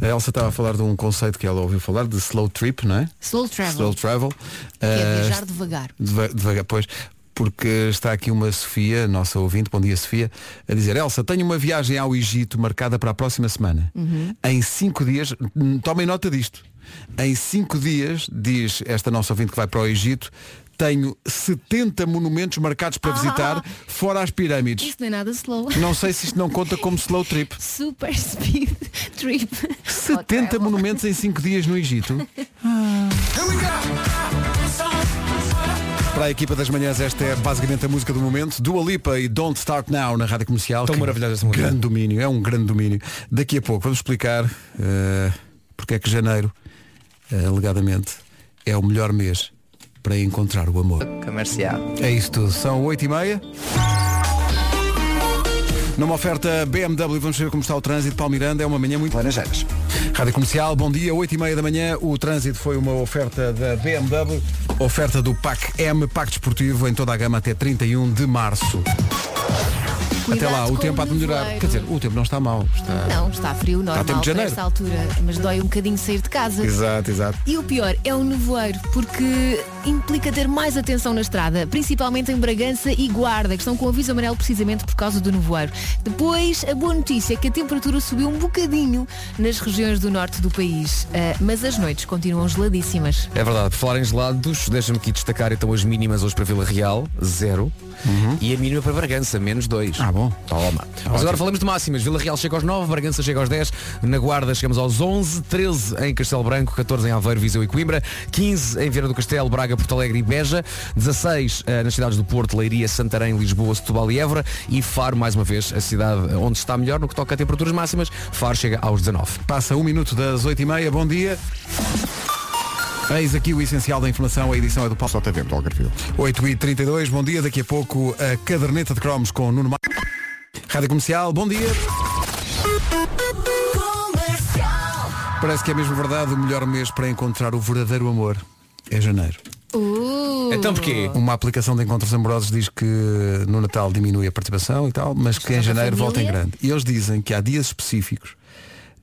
[SPEAKER 2] A Elsa estava a falar de um conceito que ela ouviu falar, de slow trip, não é?
[SPEAKER 4] Slow travel.
[SPEAKER 2] Slow travel.
[SPEAKER 4] Que é
[SPEAKER 2] Ah,
[SPEAKER 4] viajar devagar.
[SPEAKER 2] Deva- Devagar, pois. Porque está aqui uma Sofia, nossa ouvinte, bom dia Sofia, a dizer, Elsa, tenho uma viagem ao Egito marcada para a próxima semana.
[SPEAKER 8] Uhum.
[SPEAKER 2] Em cinco dias, hum, tomem nota disto. Em cinco dias, diz esta nossa ouvinte que vai para o Egito, tenho 70 monumentos marcados para visitar, fora as pirâmides.
[SPEAKER 4] Isso não é nada slow.
[SPEAKER 2] Não sei se isto não conta como slow trip.
[SPEAKER 4] Super speed trip.
[SPEAKER 2] 70 monumentos em cinco dias no Egito. Para a equipa das manhãs, esta é basicamente a música do momento. Dua Lipa e Don't Start Now na Rádio Comercial. Tão maravilhosa essa música. Grande domínio, é um grande domínio. Daqui a pouco vamos explicar eh, porque é que janeiro, eh, alegadamente, é o melhor mês para encontrar o amor.
[SPEAKER 14] Comercial.
[SPEAKER 2] É isso tudo. São 8 e meia. Numa oferta BMW, vamos ver como está o trânsito. Palmiranda é uma manhã muito...
[SPEAKER 3] Laranjeiras.
[SPEAKER 2] Rádio Comercial, bom dia. 8 e meia da manhã. O trânsito foi uma oferta da BMW. Oferta do PAC M, Pacto Desportivo, em toda a gama até 31 de março. até lá, o
[SPEAKER 4] com
[SPEAKER 2] tempo
[SPEAKER 4] o
[SPEAKER 2] há de melhorar.
[SPEAKER 4] nevoeiro.
[SPEAKER 2] Quer dizer, o tempo não está mal. Está...
[SPEAKER 4] Não, está frio, normal
[SPEAKER 2] tempo de
[SPEAKER 4] para
[SPEAKER 2] janeiro.
[SPEAKER 4] esta altura, mas dói um bocadinho sair de casa.
[SPEAKER 2] Exato, exato.
[SPEAKER 4] E o pior é o nevoeiro, porque implica ter mais atenção na estrada, principalmente em Bragança e Guarda, que estão com aviso amarelo precisamente por causa do nevoeiro. Depois, a boa notícia é que a temperatura subiu um bocadinho nas regiões do norte do país, ah, mas as noites continuam geladíssimas.
[SPEAKER 5] É verdade, por falar em gelados, deixa-me aqui destacar então as mínimas hoje para Vila Real, zero.
[SPEAKER 10] Uhum.
[SPEAKER 5] E a mínima para Bragança, menos dois. Ah, bom.
[SPEAKER 10] Tá
[SPEAKER 5] Toma. Mas agora falamos de máximas. Vila Real chega aos 9, Bragança chega aos 10, na Guarda chegamos aos 11, 13 em Castelo Branco, 14 em Aveiro, Viseu e Coimbra, 15 em Vieira do Castelo, Braga, Porto Alegre e Beja, 16 eh, nas cidades do Porto, Leiria, Santarém, Lisboa, Setúbal e Évora e Faro, mais uma vez, a cidade onde está melhor no que toca a temperaturas máximas. Faro chega aos 19.
[SPEAKER 2] Passa um minuto das 8h30, bom dia. Eis aqui o essencial da informação, a edição é do Paulo Sota Vento, 8h32, bom dia, daqui a pouco a caderneta de cromos com Nuno Ma... Rádio Comercial, bom dia. Parece que é mesmo verdade, o melhor mês para encontrar o verdadeiro amor é janeiro.
[SPEAKER 5] Então porquê?
[SPEAKER 2] Uma aplicação de encontros amorosos diz que no Natal diminui a participação e tal, mas que em
[SPEAKER 14] família.
[SPEAKER 2] janeiro volta em grande. E eles dizem que há dias específicos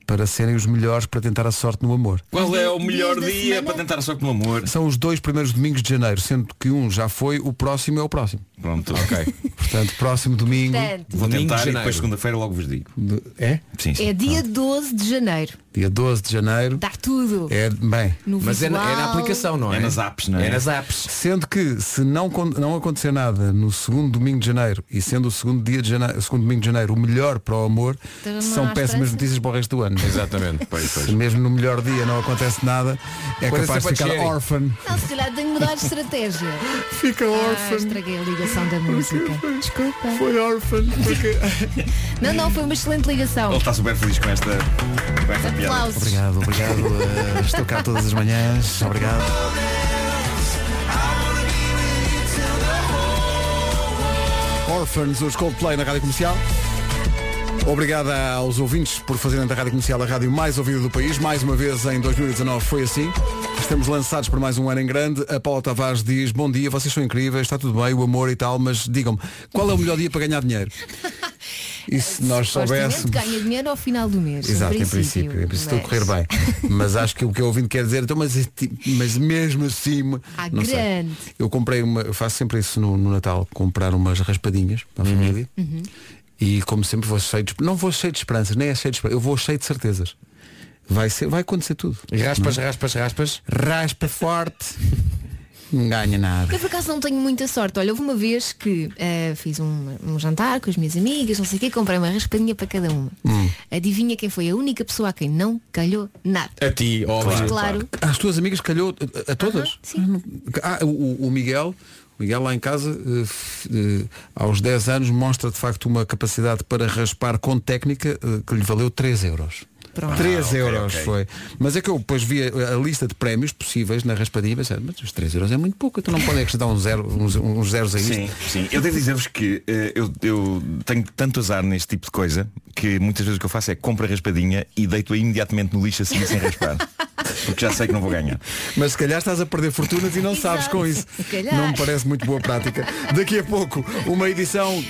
[SPEAKER 2] para serem os melhores para tentar a sorte no amor.
[SPEAKER 10] Qual é o melhor dia para tentar a sorte no amor?
[SPEAKER 2] São os dois primeiros domingos de janeiro, sendo que um já foi, o próximo é o próximo.
[SPEAKER 10] Pronto, ok.
[SPEAKER 2] Portanto, próximo domingo.
[SPEAKER 4] Portanto.
[SPEAKER 10] Vou tentar e depois
[SPEAKER 2] depois
[SPEAKER 10] segunda-feira logo vos digo.
[SPEAKER 2] É?
[SPEAKER 10] Sim,
[SPEAKER 4] É dia 12 de janeiro.
[SPEAKER 2] Dia 12 de janeiro.
[SPEAKER 4] Dá tudo.
[SPEAKER 2] É, bem,
[SPEAKER 4] No Mas é na- visual. é na aplicação,
[SPEAKER 10] não é? É nas apps, não é? É nas
[SPEAKER 5] apps.
[SPEAKER 2] Sendo que se não, con- não acontecer nada no segundo domingo de janeiro e sendo o segundo dia de janeiro, o segundo domingo de janeiro o melhor para o amor,
[SPEAKER 5] Então não há
[SPEAKER 2] são péssimas
[SPEAKER 5] esperança.
[SPEAKER 2] notícias para o resto do ano.
[SPEAKER 10] Exatamente. Pois, pois.
[SPEAKER 2] Se mesmo no melhor dia não acontece nada, é
[SPEAKER 10] Pode
[SPEAKER 2] capaz
[SPEAKER 10] ser
[SPEAKER 2] de ficar
[SPEAKER 10] Pacheco.
[SPEAKER 2] órfão.
[SPEAKER 4] Não, se calhar tenho que mudar de estratégia.
[SPEAKER 2] Fica
[SPEAKER 4] órfã. Ah, estraguei a ligação da música. Desculpa.
[SPEAKER 2] Foi órfã.
[SPEAKER 4] Não, não, foi uma excelente ligação.
[SPEAKER 10] Ele está super feliz com esta, com esta piada.
[SPEAKER 4] Aplausos.
[SPEAKER 2] Obrigado, obrigado. eh, estou cá todas as manhãs. Obrigado. Orphans, os Coldplay na Rádio Comercial. Obrigado aos ouvintes por fazerem da Rádio Comercial a rádio mais ouvida do país. Mais uma vez, em 2019 foi assim. Estamos lançados por mais um ano em grande. A Paula Tavares diz, bom dia, vocês são incríveis, está tudo bem, o amor e tal, mas digam-me, qual é o melhor dia para ganhar dinheiro? E se nós
[SPEAKER 4] Supostamente
[SPEAKER 2] soubéssemos...
[SPEAKER 4] ganha dinheiro ao final do mês.
[SPEAKER 2] Exato, em princípio, em princípio estou a
[SPEAKER 4] mas
[SPEAKER 2] correr bem. Mas acho que o que eu ouvindo quer dizer, então, mas, este- mas mesmo assim.
[SPEAKER 4] Há
[SPEAKER 2] não sei.
[SPEAKER 4] Ah, grande.
[SPEAKER 2] Eu comprei uma, eu faço sempre isso no, no Natal, comprar umas raspadinhas para a família.
[SPEAKER 4] Uhum.
[SPEAKER 2] E como sempre vou cheio de, não vou cheio de esperanças, nem é cheio de esperanças, eu vou cheio de certezas. Vai, ser, vai acontecer tudo.
[SPEAKER 5] Raspas,
[SPEAKER 2] Não é?
[SPEAKER 5] raspas, raspas.
[SPEAKER 2] Raspa forte. não ganha nada.
[SPEAKER 4] Eu por acaso não tenho muita sorte. Olha, houve uma vez que eh, fiz um, um jantar com as minhas amigas, não sei o quê, comprei uma raspadinha para cada uma.
[SPEAKER 2] Hum.
[SPEAKER 4] Adivinha quem foi a única pessoa a quem não calhou nada.
[SPEAKER 5] A ti,
[SPEAKER 10] É
[SPEAKER 4] óbvio. Pois, claro.
[SPEAKER 2] Às tuas amigas calhou a- a, todas? Ah, o, o Miguel, o Miguel lá em casa, eh, f- eh, aos 10 anos, mostra de facto uma capacidade para raspar com técnica eh, que lhe valeu 3 euros.
[SPEAKER 4] Pronto.
[SPEAKER 2] 3
[SPEAKER 4] Ah, ok,
[SPEAKER 2] euros
[SPEAKER 4] ok.
[SPEAKER 2] foi. Mas é que eu depois vi a, a lista de prémios possíveis na raspadinha e pensei, mas os 3 euros é muito pouco, então não podem acrescentar uns, zero, uns, uns zeros a isto.
[SPEAKER 10] Sim, sim. Eu devo dizer-vos que eh, eu, eu tenho tanto azar neste tipo de coisa que muitas vezes o que eu faço é compro a raspadinha e deito-a imediatamente no lixo assim sem raspar. Porque já sei que não vou ganhar.
[SPEAKER 2] Mas se calhar estás a perder fortunas e não sabes com isso.
[SPEAKER 10] Se calhar.
[SPEAKER 2] Não me parece muito boa prática. Daqui a pouco, uma edição,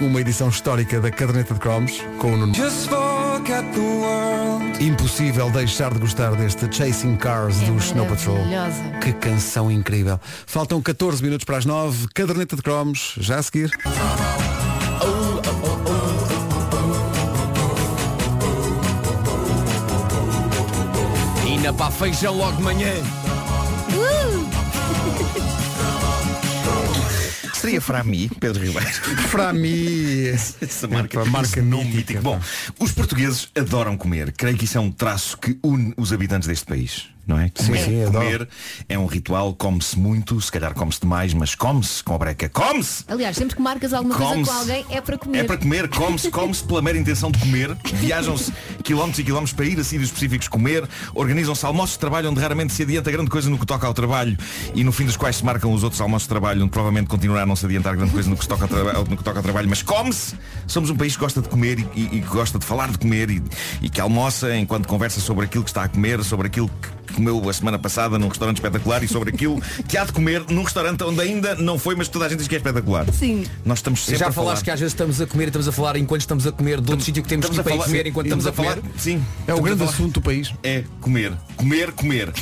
[SPEAKER 2] uma edição histórica da Caderneta de Cromos com o Nuno. Impossível deixar de gostar deste Chasing Cars do Snow Patrol.
[SPEAKER 4] maravilhosa.
[SPEAKER 2] Que canção incrível. Faltam 14 minutos para as 9, Caderneta de Cromos, já a seguir.
[SPEAKER 5] E na pá feijão logo de manhã.
[SPEAKER 10] Seria Frami, Pedro Ribeiro.
[SPEAKER 2] Frami.
[SPEAKER 10] Essa marca, marca nome mítico. Bom, os portugueses adoram comer. Creio que isso é um traço que une os habitantes deste país. Não é?
[SPEAKER 2] Sim,
[SPEAKER 10] comer,
[SPEAKER 2] sim, adoro.
[SPEAKER 10] comer é um ritual, come-se muito, se calhar come-se demais, mas come-se com a breca, come-se!
[SPEAKER 4] Aliás, sempre que marcas alguma coisa
[SPEAKER 10] Come-se.
[SPEAKER 4] com alguém é para comer.
[SPEAKER 10] É para comer, come-se, come-se pela mera intenção de comer, viajam-se quilómetros e quilómetros para ir a sítios específicos comer, organizam-se almoços de trabalho onde raramente se adianta grande coisa no que toca ao trabalho e no fim dos quais se marcam os outros almoços de trabalho onde provavelmente continuará a não se adiantar grande coisa no que, se toca, ao traba- no que toca ao trabalho, mas come-se! Somos um país que gosta de comer e, e- e que gosta de falar de comer e, e que almoça enquanto conversa sobre aquilo que está a comer, sobre aquilo que que comeu a semana passada num restaurante espetacular e sobre aquilo que há de comer num restaurante onde ainda não foi, mas toda a gente diz que é espetacular.
[SPEAKER 4] Sim.
[SPEAKER 10] Nós estamos sempre
[SPEAKER 5] Já
[SPEAKER 10] a falar.
[SPEAKER 5] falaste que às vezes estamos a comer e estamos a falar enquanto estamos a comer de outro sítio que temos que ir para aí comer enquanto estamos a comer.
[SPEAKER 10] Sim.
[SPEAKER 5] É o grande
[SPEAKER 2] assunto do país.
[SPEAKER 10] É comer. Comer, comer.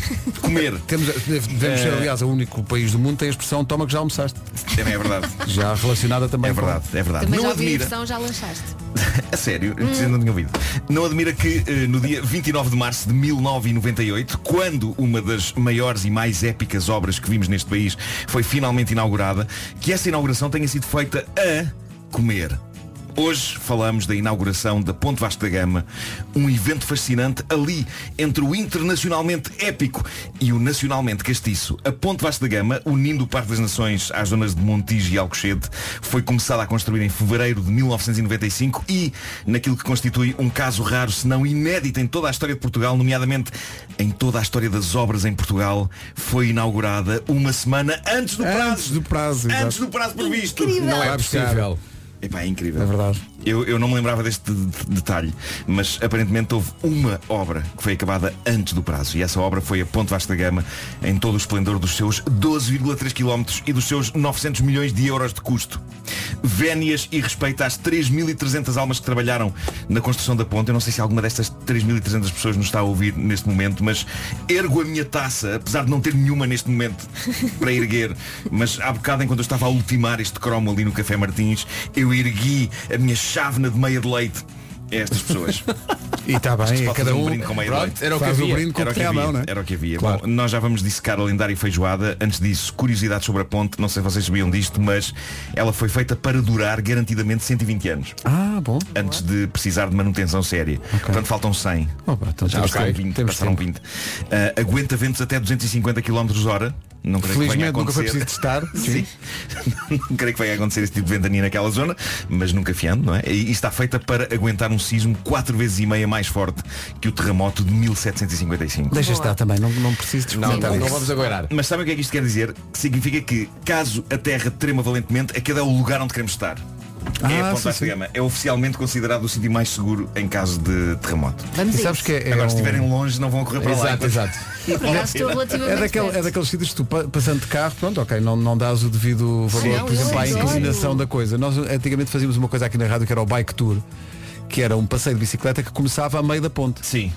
[SPEAKER 10] comer.
[SPEAKER 2] Temos, devemos
[SPEAKER 10] É.
[SPEAKER 2] ser, aliás, o único país do mundo que tem a expressão toma que já almoçaste.
[SPEAKER 10] Também é verdade.
[SPEAKER 2] Já relacionada também.
[SPEAKER 10] É verdade, é verdade.
[SPEAKER 4] Também
[SPEAKER 10] não
[SPEAKER 4] já ouvi a
[SPEAKER 10] admira.
[SPEAKER 4] impressão, já lanchaste.
[SPEAKER 10] A sério,
[SPEAKER 4] Hum.
[SPEAKER 10] eu não tinha ouvido. Não admira que eh, no dia 29 de março de 1998, quando uma das maiores e mais épicas obras que vimos neste país foi finalmente inaugurada, que essa inauguração tenha sido feita a comer. Hoje falamos da inauguração da Ponte Vasco da Gama, um evento fascinante ali entre o internacionalmente épico e o nacionalmente castiço. A Ponte Vasco da Gama, unindo o Parque das Nações às zonas de Montijo e Alcochete, foi começada a construir em fevereiro de 1995 e, naquilo que constitui um caso raro, se não inédito em toda a história de Portugal, nomeadamente em toda a história das obras em Portugal, foi inaugurada uma semana antes do prazo. Antes do
[SPEAKER 2] prazo,
[SPEAKER 10] antes do prazo previsto.
[SPEAKER 2] Incrível.
[SPEAKER 10] Não é
[SPEAKER 2] Vai buscar.
[SPEAKER 10] possível. Epá, é incrível. É
[SPEAKER 2] verdade.
[SPEAKER 10] Eu, eu não me lembrava deste de- de- detalhe, mas aparentemente houve uma obra que foi acabada antes do prazo. E essa obra foi a Ponte Vasco da Gama em todo o esplendor dos seus 12,3 km e dos seus 900 milhões de euros de custo. Vénias e respeito às 3.300 almas que trabalharam na construção da ponte. Eu não sei se alguma destas 3.300 pessoas nos está a ouvir neste momento, mas ergo a minha taça, apesar de não ter nenhuma neste momento para erguer, mas há bocado enquanto eu estava a ultimar este cromo ali no Café Martins, eu ergui a minha chávena de meia de leite a estas pessoas.
[SPEAKER 2] E está
[SPEAKER 10] Acho que
[SPEAKER 2] bem,
[SPEAKER 10] se pode
[SPEAKER 2] cada
[SPEAKER 10] fazer
[SPEAKER 2] um.
[SPEAKER 10] brinde com meia de
[SPEAKER 2] Pronto,
[SPEAKER 10] leite.
[SPEAKER 2] era o que
[SPEAKER 10] Faz um
[SPEAKER 2] havia. Era o que havia. é?
[SPEAKER 10] Era o que havia. Bom, nós já vamos dissecar a lendária feijoada. Antes disso, curiosidade sobre a ponte. Não sei se vocês sabiam disto, mas ela foi feita para durar garantidamente 120 anos.
[SPEAKER 2] Ah, bom.
[SPEAKER 10] Antes de precisar de manutenção séria. Portanto, faltam 100.
[SPEAKER 2] Oh, pá, então
[SPEAKER 10] já um
[SPEAKER 2] temos
[SPEAKER 10] passaram
[SPEAKER 2] tempo.
[SPEAKER 10] 20.
[SPEAKER 2] Temos
[SPEAKER 10] passaram
[SPEAKER 2] tempo.
[SPEAKER 10] 20. Ah, aguenta ventos até 250 km hora. Não creio que venha a
[SPEAKER 2] Felizmente nunca foi
[SPEAKER 10] acontecer.
[SPEAKER 2] preciso testar.
[SPEAKER 10] Sim. não creio que venha a acontecer esse tipo de ventania naquela zona, mas nunca fiando, não é? E está feita para aguentar um sismo quatro vezes e meia mais forte que o terremoto de 1755.
[SPEAKER 2] Deixa estar também, não, não preciso
[SPEAKER 10] Não,
[SPEAKER 2] descontar isso.
[SPEAKER 10] aguardar. Mas sabem o que é que isto quer dizer? Que significa que, caso a Terra trema valentemente, aquele é o lugar onde queremos estar. é
[SPEAKER 2] Ah,
[SPEAKER 10] a
[SPEAKER 2] sim,
[SPEAKER 10] Ponta Vasco da Gama. É oficialmente considerado o sítio mais seguro em caso de terremoto.
[SPEAKER 2] Vamos E a sabes isso. que é- é
[SPEAKER 10] Agora,
[SPEAKER 2] um-
[SPEAKER 10] se estiverem longe, não vão correr para lá.
[SPEAKER 2] Exato,
[SPEAKER 10] então.
[SPEAKER 2] exato. É, daquele, é daqueles sítios que tu pa- passando de carro, pronto, ok, não, não dás o devido valor,
[SPEAKER 10] Sim,
[SPEAKER 2] por exemplo, à
[SPEAKER 10] sim, sim,
[SPEAKER 2] inclinação
[SPEAKER 10] sim.
[SPEAKER 2] da coisa. Nós antigamente fazíamos uma coisa aqui na rádio que era o bike tour, que era um passeio de bicicleta que começava a meio da ponte. Eh,
[SPEAKER 10] Sim.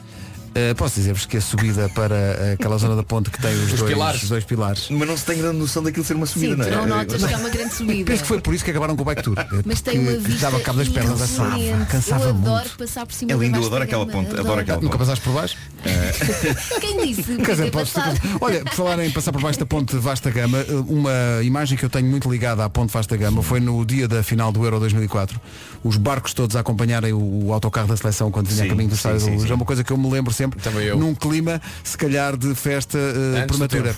[SPEAKER 2] posso dizer-vos que a subida para aquela zona da ponte que tem os,
[SPEAKER 10] Os
[SPEAKER 2] dois,
[SPEAKER 10] pilares.
[SPEAKER 2] os dois pilares.
[SPEAKER 10] Mas não se tem grande noção daquilo ser uma
[SPEAKER 4] Sim,
[SPEAKER 10] subida,
[SPEAKER 4] tu não
[SPEAKER 10] não é?
[SPEAKER 4] notas que é uma grande subida.
[SPEAKER 2] Penso que foi por isso que acabaram com o bike tour.
[SPEAKER 4] Mas tem
[SPEAKER 2] que
[SPEAKER 4] uma vista
[SPEAKER 2] dava cabo das pernas, assava,
[SPEAKER 4] excelente.
[SPEAKER 2] cansava
[SPEAKER 4] Eu
[SPEAKER 2] muito.
[SPEAKER 4] adoro passar por cima
[SPEAKER 2] É
[SPEAKER 4] da
[SPEAKER 2] lindo, eu
[SPEAKER 4] Vasco
[SPEAKER 2] adoro
[SPEAKER 4] da
[SPEAKER 2] aquela
[SPEAKER 4] Gama,
[SPEAKER 2] ponte, adoro aquela
[SPEAKER 4] adoro.
[SPEAKER 2] Nunca passaste por baixo?
[SPEAKER 4] Quem disse?
[SPEAKER 2] Quer dizer,
[SPEAKER 4] Tem
[SPEAKER 2] podes ter-
[SPEAKER 4] passado.
[SPEAKER 2] Olha, por falar em passar por baixo da ponte de Vasta Gama, eh, uma imagem que eu tenho muito ligada à ponte Vasta Gama foi no dia da final do Euro 2004. Os barcos todos a acompanharem o, o autocarro da seleção quando vinha a
[SPEAKER 10] Sim,
[SPEAKER 2] caminho do
[SPEAKER 10] sim,
[SPEAKER 2] Estádio da
[SPEAKER 10] sim,
[SPEAKER 2] Luz.
[SPEAKER 10] sim.
[SPEAKER 2] É uma coisa que eu me lembro sempre num clima, se calhar, de festa eh,
[SPEAKER 5] Antes do
[SPEAKER 2] prematura.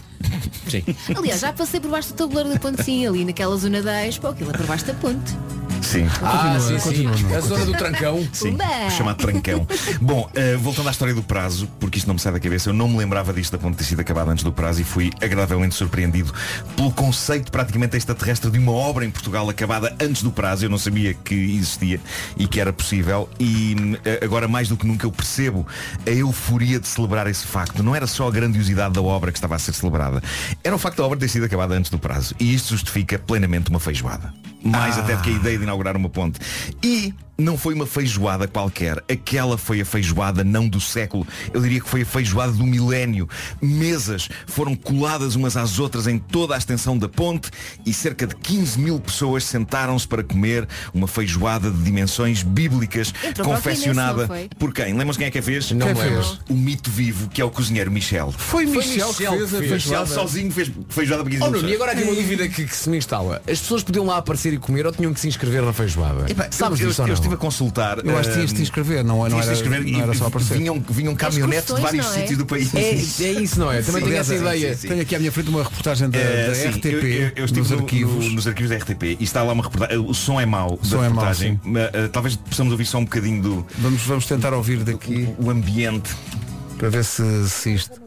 [SPEAKER 5] Sim.
[SPEAKER 4] Aliás, já passei por baixo do tabuleiro da ponte, sim, ali naquela zona da Expo, aquilo é por baixo da ponte.
[SPEAKER 10] Sim.
[SPEAKER 5] Ah,
[SPEAKER 10] Continua,
[SPEAKER 5] sim, sim.
[SPEAKER 10] continua, não,
[SPEAKER 5] A zona do
[SPEAKER 10] continua.
[SPEAKER 5] trancão.
[SPEAKER 10] Sim,
[SPEAKER 4] Pumba!
[SPEAKER 10] o chamado trancão. Bom, eh, voltando à história do prazo, porque isto não me sai da cabeça, eu não me lembrava disto da ponte ter sido acabada antes do prazo e fui agradavelmente surpreendido pelo conceito praticamente extraterrestre de uma obra em Portugal acabada antes do prazo. Eu não sabia que existia e que era possível. E hum, eh, agora mais do que nunca eu percebo a euforia de celebrar esse facto. Não era só a grandiosidade da obra que estava a ser celebrada. Era o facto da obra ter sido acabada antes do prazo. E isto justifica plenamente uma feijoada. Mais até do que a ideia de inaugurar uma ponte. E não foi uma feijoada qualquer. Aquela foi a feijoada não do século. Eu diria que foi a feijoada do milénio. Mesas foram coladas umas às outras em toda a extensão da ponte e cerca de 15 mil pessoas sentaram-se para comer uma feijoada de dimensões bíblicas
[SPEAKER 8] Entrou para o
[SPEAKER 10] confeccionada
[SPEAKER 8] Guinness, não foi?
[SPEAKER 10] por quem? Lembram-se quem é que a fez?
[SPEAKER 8] Não
[SPEAKER 10] quem
[SPEAKER 8] me
[SPEAKER 10] fez?
[SPEAKER 8] lembro.
[SPEAKER 10] O mito vivo que é o cozinheiro Michel.
[SPEAKER 2] Foi Michel que fez a
[SPEAKER 10] Michel
[SPEAKER 2] feijoada.
[SPEAKER 10] sozinho fez feijoada para 15
[SPEAKER 5] Oh,
[SPEAKER 10] mil
[SPEAKER 5] Nuno, e
[SPEAKER 10] pessoas.
[SPEAKER 5] agora aqui uma dúvida que, que se me instala. As pessoas podiam lá aparecer e comer ou tinham que se inscrever na feijoada?
[SPEAKER 10] Epá,
[SPEAKER 5] Sabes
[SPEAKER 10] eu,
[SPEAKER 5] disso
[SPEAKER 10] eu,
[SPEAKER 5] ou
[SPEAKER 10] eu
[SPEAKER 5] não?
[SPEAKER 10] estive a consultar. eh,
[SPEAKER 5] Eu acho que tinhas
[SPEAKER 2] de te inscrever, não- é- não
[SPEAKER 10] tinhas de
[SPEAKER 2] era-
[SPEAKER 10] inscrever e
[SPEAKER 2] não era só aparecer.
[SPEAKER 10] Vinham, vinham caminhonetes de vários sítios do país.
[SPEAKER 5] É, é isso, não é? Também
[SPEAKER 10] Sim.
[SPEAKER 5] tenho essa
[SPEAKER 10] Sim,
[SPEAKER 5] ideia.
[SPEAKER 10] sim, sim.
[SPEAKER 2] Tenho aqui à minha frente uma reportagem da,
[SPEAKER 10] Eh,
[SPEAKER 2] da
[SPEAKER 10] sim,
[SPEAKER 2] RTP,
[SPEAKER 10] eu, eu, eu estive
[SPEAKER 2] dos
[SPEAKER 10] no-
[SPEAKER 2] arquivos.
[SPEAKER 10] no- nos arquivos da RTP e está lá uma reportagem. O som é mau
[SPEAKER 2] som
[SPEAKER 10] da
[SPEAKER 2] é mau,
[SPEAKER 10] reportagem.
[SPEAKER 2] sim.
[SPEAKER 10] mas, eh, talvez possamos ouvir só um bocadinho do.
[SPEAKER 2] Vamos, vamos tentar ouvir daqui
[SPEAKER 10] o ambiente.
[SPEAKER 2] Para ver se, se isto.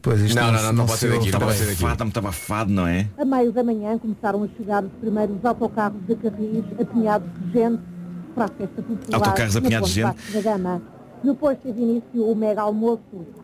[SPEAKER 2] Pois isto
[SPEAKER 10] não, não, não, não,
[SPEAKER 2] se
[SPEAKER 10] pode ser daqui.
[SPEAKER 2] ouve. Tá
[SPEAKER 10] Estava afado, estava afado, não é?
[SPEAKER 14] A meio da manhã começaram a chegar os primeiros autocarros de carris apinhados de gente para a festa popular.
[SPEAKER 10] Autocarros
[SPEAKER 14] na
[SPEAKER 10] apinhados de
[SPEAKER 14] Ponte Vasco Da Gama. Depois teve início o mega almoço,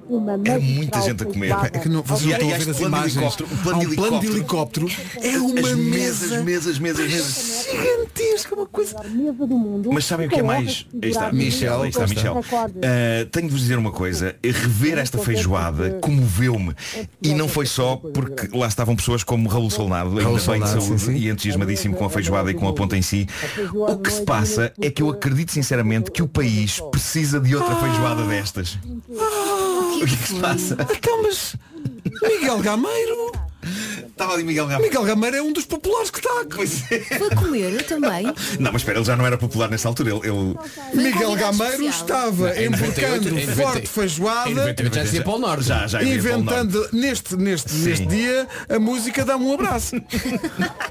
[SPEAKER 14] uma
[SPEAKER 10] Era muita gente a comer.
[SPEAKER 2] É que não, vocês não
[SPEAKER 10] E há
[SPEAKER 2] estão a
[SPEAKER 10] este
[SPEAKER 2] ver as
[SPEAKER 10] plano
[SPEAKER 2] imagens.
[SPEAKER 10] de helicóptero,
[SPEAKER 2] Há um plano de helicóptero. É uma
[SPEAKER 10] As
[SPEAKER 2] mesa.
[SPEAKER 10] mesas, mesas, mesas, mesas.
[SPEAKER 2] Gigantesca, uma coisa.
[SPEAKER 14] mesa do mundo.
[SPEAKER 10] Mas sabem o que é mais? Aí está, Michel. Aí está, Michel. Ah, tenho de vos dizer uma coisa. Rever esta feijoada comoveu-me. E não foi só porque lá estavam pessoas como Raul Solnado, ainda
[SPEAKER 2] Raul
[SPEAKER 10] bem de
[SPEAKER 2] Solnado,
[SPEAKER 10] saúde e entusiasmadíssimo com a feijoada e com a ponta em si. O que se passa é que eu acredito sinceramente que o país precisa de outra feijoada destas. O que é que se passa?
[SPEAKER 2] Então, mas Miguel Gameiro.
[SPEAKER 10] Estava ali Miguel Gameiro.
[SPEAKER 2] Miguel Gameiro é um dos populares que está.
[SPEAKER 10] é.
[SPEAKER 4] Foi comer eu também.
[SPEAKER 10] Não, mas espera, ele já não era popular nessa altura. Ele, ele-
[SPEAKER 2] Miguel
[SPEAKER 4] convidado
[SPEAKER 2] Gameiro
[SPEAKER 4] especial.
[SPEAKER 2] estava
[SPEAKER 10] Não, é em 98,
[SPEAKER 2] embarcando
[SPEAKER 10] em 90,
[SPEAKER 2] forte feijoada.
[SPEAKER 10] em 98 já dizia para o norte. Já, já dizia para o
[SPEAKER 2] inventando neste, neste, neste dia a música dá-me um abraço.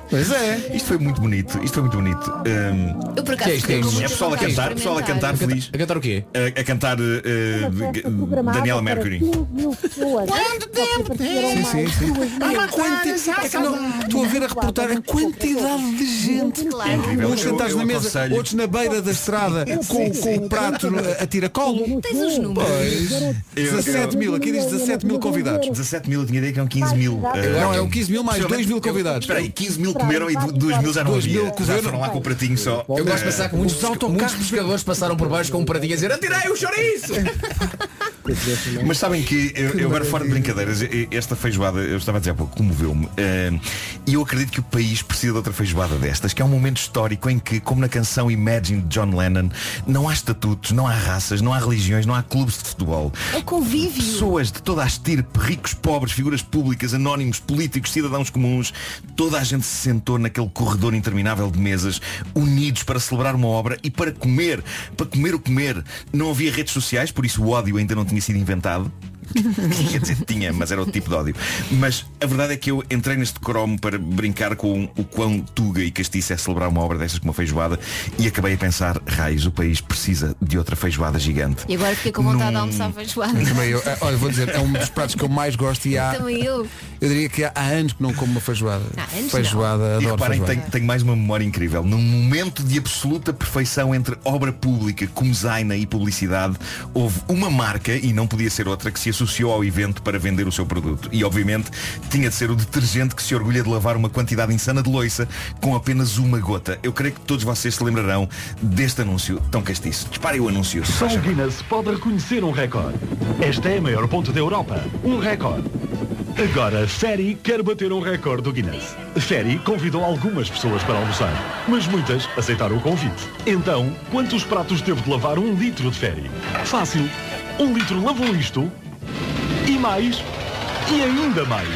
[SPEAKER 2] pois é.
[SPEAKER 10] Isto foi muito bonito. Isto foi muito bonito. Hum,
[SPEAKER 4] Eu por acaso fiquei com
[SPEAKER 10] É
[SPEAKER 4] muitas
[SPEAKER 10] pessoal a
[SPEAKER 4] vontades de
[SPEAKER 10] cantar, pessoal a
[SPEAKER 4] experimentar.
[SPEAKER 10] cantar feliz. A cantar o quê? A, cantar uh, uh, Daniela Mercury.
[SPEAKER 14] Quanto tempo
[SPEAKER 2] Sim, sim, sim. Ah, Há uma quantidade. É que não, estou a ver a reportagem a quantidade de gente.
[SPEAKER 14] É incrível.
[SPEAKER 2] Uns
[SPEAKER 14] Eu-
[SPEAKER 2] sentados
[SPEAKER 14] eu
[SPEAKER 2] na mesa,
[SPEAKER 14] aconselho.
[SPEAKER 2] outros na beira da estrada, com, com o prato a tirar colo.
[SPEAKER 4] Tens os números.
[SPEAKER 2] Pois. 17 mil, aqui diz 17 mil convidados.
[SPEAKER 10] 17 mil, eu tinha ideia que eram 15 mil. eh,
[SPEAKER 2] Não, é o 15 mil mais 2 mil convidados.
[SPEAKER 10] Espera aí, 15 mil comeram e 2 mil já não
[SPEAKER 2] 2 mil
[SPEAKER 10] havia. Já
[SPEAKER 2] cozeram.
[SPEAKER 10] foram lá com o pratinho só.
[SPEAKER 8] Eu gosto de pensar que
[SPEAKER 10] Eh,
[SPEAKER 8] muitos, muitos pescadores passaram por baixo com um pratinho a dizer Atirei o chouriço!
[SPEAKER 10] Mas sabem que eh, eu, eu agora fora de brincadeiras, e- esta feijoada, eu estava a dizer há pouco, comoveu-me. Eh, E eu acredito que o país precisa de outra feijoada destas, que é um momento histórico em que, como na canção Imagine de John Lennon, não há estatutos, não há raças, não há religiões, não há clubes de futebol.
[SPEAKER 4] É o convívio.
[SPEAKER 10] Pessoas de toda a estirpe, ricos, pobres, figuras públicas, anónimos, políticos, cidadãos comuns, toda a gente se sentou naquele corredor interminável de mesas, unidos para celebrar uma obra e para comer, para comer o comer. Não havia redes sociais, por isso o ódio ainda não tinha sido inventado. Quer dizer, tinha, mas era outro tipo de ódio. Mas a verdade é que eu entrei neste cromo para brincar com o quão tuga e castiça é celebrar uma obra destas com uma feijoada e acabei a pensar, raios, o país precisa de outra feijoada gigante.
[SPEAKER 4] E agora fiquei com vontade de almoçar feijoada.
[SPEAKER 2] Também eu, eh, olha, vou dizer, é um dos pratos que eu mais gosto e há.
[SPEAKER 4] Também eu.
[SPEAKER 2] Eu diria que há, há anos que não como uma feijoada.
[SPEAKER 4] Há anos não.
[SPEAKER 2] feijoada, adoro
[SPEAKER 10] E reparem,
[SPEAKER 2] feijoada.
[SPEAKER 10] tenho, tenho mais uma memória incrível. Num momento de absoluta perfeição entre obra pública, comezaina e publicidade, houve uma marca, e não podia ser outra, que se associou ao evento para vender o seu produto. E, obviamente, tinha de ser o detergente que se orgulha de lavar uma quantidade insana de loiça com apenas uma gota. Eu creio que todos vocês se lembrarão deste anúncio tão castiço. Disparem o anúncio. se faz
[SPEAKER 9] Só o
[SPEAKER 10] favor.
[SPEAKER 9] Guinness pode reconhecer um recorde. Esta é a maior ponte da Europa. Um recorde. Agora, Ferry quer bater um recorde do Guinness. Ferry convidou algumas pessoas para almoçar, mas muitas aceitaram o convite. Então, quantos pratos teve de lavar um litro de Ferry? Fácil. Um litro lavou isto. E mais. E ainda mais.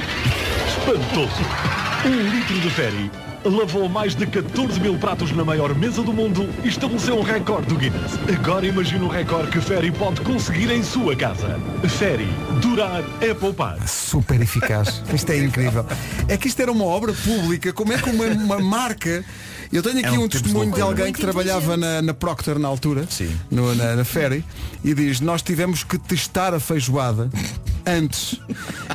[SPEAKER 9] Espantoso. Um litro de Ferry lavou mais de 14 mil pratos na maior mesa do mundo e estabeleceu um recorde do Guinness. Agora imagina o recorde que Ferry pode conseguir em sua casa. Ferry, durar é poupar.
[SPEAKER 2] Super eficaz. Isto é incrível. É que isto era uma obra pública. Como é que uma, uma marca. Eu tenho aqui
[SPEAKER 10] Eram
[SPEAKER 2] um
[SPEAKER 10] tempos
[SPEAKER 2] testemunho
[SPEAKER 10] de
[SPEAKER 2] de
[SPEAKER 10] loucura.
[SPEAKER 2] alguém que trabalhava na, na Procter na altura, no- na, na Ferry, e diz, nós tivemos que testar a feijoada antes.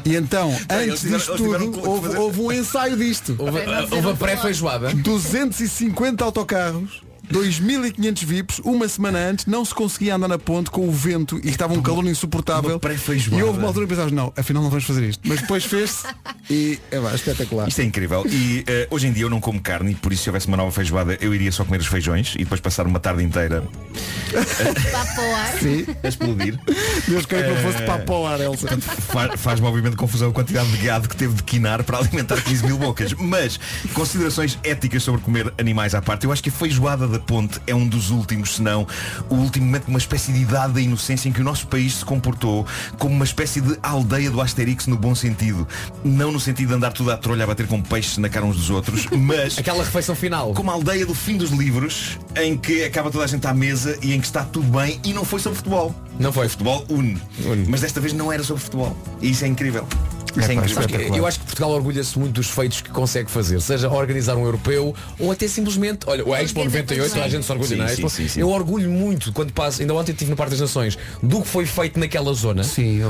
[SPEAKER 2] E então,
[SPEAKER 8] eles
[SPEAKER 2] antes
[SPEAKER 8] tiveram-
[SPEAKER 2] disto
[SPEAKER 8] eles tiveram
[SPEAKER 2] tudo,
[SPEAKER 8] que
[SPEAKER 2] houve,
[SPEAKER 8] fazer-
[SPEAKER 2] houve um ensaio disto.
[SPEAKER 8] Houve- houve a pré-feijoada.
[SPEAKER 2] 250 autocarros. 2.500 VIPs, uma semana antes, não se conseguia andar na ponte com o vento e estava um calor insuportável. E houve uma altura que pensavas, não, afinal não vamos fazer isto. Mas depois fez-se e é pá, espetacular.
[SPEAKER 10] Isto é incrível. E eh, hoje em dia eu não como carne, e por isso se houvesse uma nova feijoada, eu iria só comer os feijões e depois passar uma tarde inteira
[SPEAKER 4] Vá para o ar.
[SPEAKER 10] Sim. a explodir.
[SPEAKER 2] Deus queira que não fosse
[SPEAKER 10] Eh,
[SPEAKER 2] papo ao ar, Elsa.
[SPEAKER 10] Fa- Faz-me obviamente confusão a quantidade de gado que teve de quinar para alimentar 15 mil bocas. Mas, considerações éticas sobre comer animais à parte, eu acho que a feijoada da ponte é um dos últimos, se não o último momento de uma espécie de idade da inocência em que o nosso país se comportou como uma espécie de aldeia do Asterix no bom sentido. Não no sentido de andar tudo à trolha a bater com peixes na cara uns dos outros, mas...
[SPEAKER 5] Aquela refeição final.
[SPEAKER 10] Como a aldeia do fim dos livros, em que acaba toda a gente à mesa e em que está tudo bem e não foi sobre futebol.
[SPEAKER 5] Não foi.
[SPEAKER 10] O futebol une. Mas desta vez não era sobre futebol. E isso é incrível.
[SPEAKER 5] Sim, mas eu acho que Portugal orgulha-se muito dos feitos que consegue fazer, seja organizar um europeu ou até simplesmente, olha, o Expo 98, toda a gente se orgulha
[SPEAKER 10] Sim,
[SPEAKER 5] na
[SPEAKER 10] sim,
[SPEAKER 5] Expo.
[SPEAKER 10] sim, sim.
[SPEAKER 5] Eu orgulho muito quando passo, ainda ontem estive no Parque das Nações, do que foi feito naquela zona,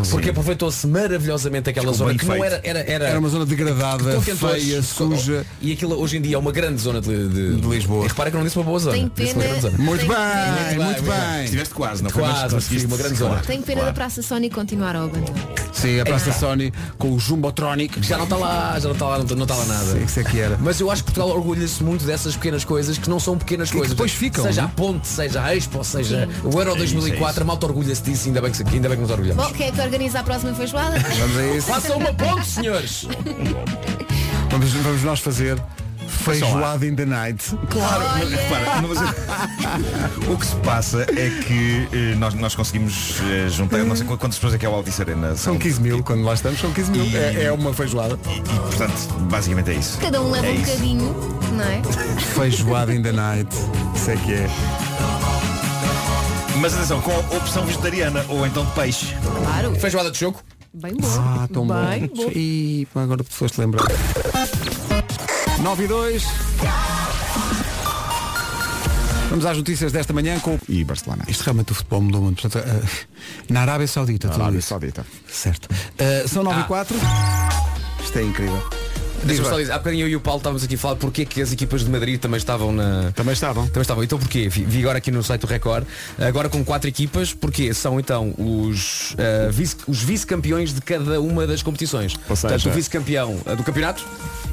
[SPEAKER 5] porque
[SPEAKER 2] vi.
[SPEAKER 5] aproveitou-se maravilhosamente aquela
[SPEAKER 2] Ficou
[SPEAKER 5] zona
[SPEAKER 2] bem
[SPEAKER 5] que não
[SPEAKER 2] feito.
[SPEAKER 5] era, era, era,
[SPEAKER 2] Era uma zona
[SPEAKER 5] que
[SPEAKER 2] degradada,
[SPEAKER 5] estão tentores,
[SPEAKER 2] feia,
[SPEAKER 5] só-
[SPEAKER 2] suja.
[SPEAKER 5] E aquilo hoje em dia é uma grande zona de, de- E repara que eu não disse uma boa zona.
[SPEAKER 4] Tenho
[SPEAKER 5] disse uma
[SPEAKER 4] pena-
[SPEAKER 5] grande zona.
[SPEAKER 4] Muito tenho bem, pena-
[SPEAKER 2] muito bem.
[SPEAKER 10] Estiveste quase, não foi? Mas
[SPEAKER 5] Quase, mas fiz uma grande zona.
[SPEAKER 4] Tenho pena da Praça Sony continuar ao abandono.
[SPEAKER 2] Sim, a Praça Sony com o Jumbotronic.
[SPEAKER 5] Já não está lá, já não está lá, não está lá nada.
[SPEAKER 2] Sim, isso é que era.
[SPEAKER 5] Mas eu acho que Portugal orgulha-se muito dessas pequenas coisas que não são pequenas
[SPEAKER 2] que
[SPEAKER 5] coisas.
[SPEAKER 2] depois ficam,
[SPEAKER 5] Seja
[SPEAKER 2] não
[SPEAKER 5] a ponte, seja a Expo, seja
[SPEAKER 4] Sim.
[SPEAKER 5] o Euro
[SPEAKER 2] É isso,
[SPEAKER 5] 2004,
[SPEAKER 2] é isso.
[SPEAKER 5] a malta orgulha-se disso, ainda bem que, ainda bem que nos orgulhamos.
[SPEAKER 4] Bom, quem é que organiza a próxima feijoada?
[SPEAKER 2] Vamos a isso.
[SPEAKER 5] Façam uma ponte, senhores!
[SPEAKER 2] Vamos, vamos nós fazer feijoada in the night.
[SPEAKER 10] Claro, mas repara, não, mas eu- o que se passa é que eh, nós, nós conseguimos eh, juntar, não sei qu- quantas pessoas é que é o Altice Arena.
[SPEAKER 2] São 15 mil, quando lá estamos, são 15 mil.
[SPEAKER 10] E-
[SPEAKER 2] É, é uma feijoada.
[SPEAKER 10] E, e, portanto, basicamente é isso.
[SPEAKER 4] Cada um leva
[SPEAKER 10] É
[SPEAKER 4] um
[SPEAKER 10] isso.
[SPEAKER 4] bocadinho, não é?
[SPEAKER 2] Feijoada in the night. Isso é que é.
[SPEAKER 10] Mas atenção, com a opção vegetariana ou então de peixe.
[SPEAKER 4] Claro.
[SPEAKER 5] Feijoada de choco.
[SPEAKER 4] Bem bom.
[SPEAKER 2] Ah, tão
[SPEAKER 4] Bem
[SPEAKER 2] bom. E agora pessoas te lembrar. 9 e 2. Vamos às notícias desta manhã com
[SPEAKER 1] E Barcelona.
[SPEAKER 2] Isto realmente o futebol mudou muito. Portanto, eh, na Arábia Saudita.
[SPEAKER 1] Na
[SPEAKER 2] tudo
[SPEAKER 1] Arábia
[SPEAKER 2] isso.
[SPEAKER 1] Saudita.
[SPEAKER 2] Certo. Eh, são 9 e 4. Isto é incrível. Diz
[SPEAKER 5] Deixa-me
[SPEAKER 2] bem.
[SPEAKER 5] só dizer, há bocadinho eu e o Paulo estávamos aqui a falar porque é que as equipas de Madrid também estavam na.
[SPEAKER 2] Também estavam.
[SPEAKER 5] Também estavam. Então porquê? Vi vi agora aqui no site do Record, agora com quatro equipas, porque são então os, ah, vice, os vice-campeões de cada uma das competições.
[SPEAKER 1] seja-
[SPEAKER 5] Portanto, o vice-campeão ah, do campeonato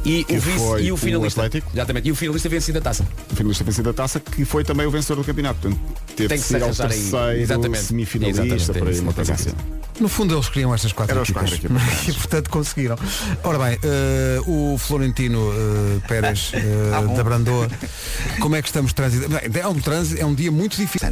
[SPEAKER 5] e
[SPEAKER 1] Que
[SPEAKER 5] o vice
[SPEAKER 1] foi
[SPEAKER 5] e o
[SPEAKER 1] o
[SPEAKER 5] finalista.
[SPEAKER 1] Atlético.
[SPEAKER 5] Exatamente. E o finalista vencido a taça.
[SPEAKER 1] O finalista vencida da taça, que foi também o vencedor do campeonato. Portanto, teve
[SPEAKER 5] Tem que
[SPEAKER 1] de
[SPEAKER 5] se
[SPEAKER 1] ser ao
[SPEAKER 5] arranjar aí.
[SPEAKER 1] terceiro
[SPEAKER 5] Exatamente.
[SPEAKER 1] semifinalista
[SPEAKER 5] Exatamente,
[SPEAKER 1] para
[SPEAKER 5] é
[SPEAKER 1] aí,
[SPEAKER 5] isso,
[SPEAKER 1] uma
[SPEAKER 5] não
[SPEAKER 1] coisa
[SPEAKER 5] tem
[SPEAKER 1] assim.
[SPEAKER 2] No fundo eles queriam estas quatro
[SPEAKER 1] Eram as
[SPEAKER 2] equipas.
[SPEAKER 1] quatro
[SPEAKER 2] e portanto conseguiram. Ora bem, eh, o Florentino eh, Pérez
[SPEAKER 3] Ah,
[SPEAKER 2] eh, da Brandoa, como é que estamos de trânsito? Bem, É um trânsito, é um dia muito difícil.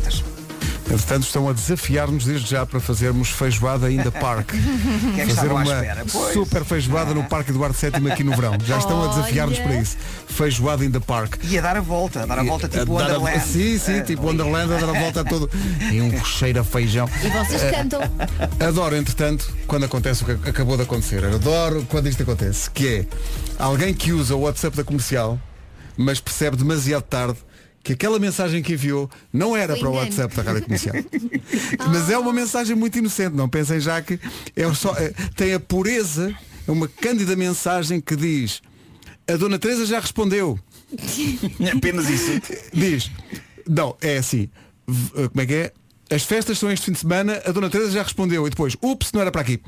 [SPEAKER 2] Entretanto, estão a desafiar-nos desde já para fazermos feijoada ainda parque.
[SPEAKER 3] é que
[SPEAKER 2] Fazer
[SPEAKER 3] estavam à
[SPEAKER 2] uma
[SPEAKER 3] espera? Pois.
[SPEAKER 2] super feijoada no Parque Eduardo VII aqui no verão. Já estão a desafiar-nos
[SPEAKER 3] Olha.
[SPEAKER 2] para isso. Feijoada ainda parque.
[SPEAKER 3] E a dar a volta, a dar a volta tipo
[SPEAKER 2] eh, Dar a-
[SPEAKER 3] Wonderland.
[SPEAKER 2] Sim, sim,
[SPEAKER 3] Ah,
[SPEAKER 2] tipo
[SPEAKER 3] ali.
[SPEAKER 2] Wonderland, a dar a volta a todo. E um cheiro a feijão.
[SPEAKER 4] E vocês
[SPEAKER 2] Eh,
[SPEAKER 4] cantam.
[SPEAKER 2] Adoro, entretanto, quando acontece o que acabou de acontecer. Adoro quando isto acontece, que é alguém que usa o WhatsApp da comercial, mas percebe demasiado tarde que aquela mensagem que enviou não era
[SPEAKER 15] Foi
[SPEAKER 2] para o
[SPEAKER 15] engano. Ah.
[SPEAKER 2] WhatsApp da rádio comercial. mas é uma mensagem muito inocente, não pensem já que é só, é- tem a pureza, é uma cândida mensagem que diz a Dona Teresa já respondeu.
[SPEAKER 10] Apenas isso.
[SPEAKER 2] Diz, não, é assim, v- como é que é? As festas são este fim de semana, a Dona Teresa já respondeu e depois, ups, não era para aqui.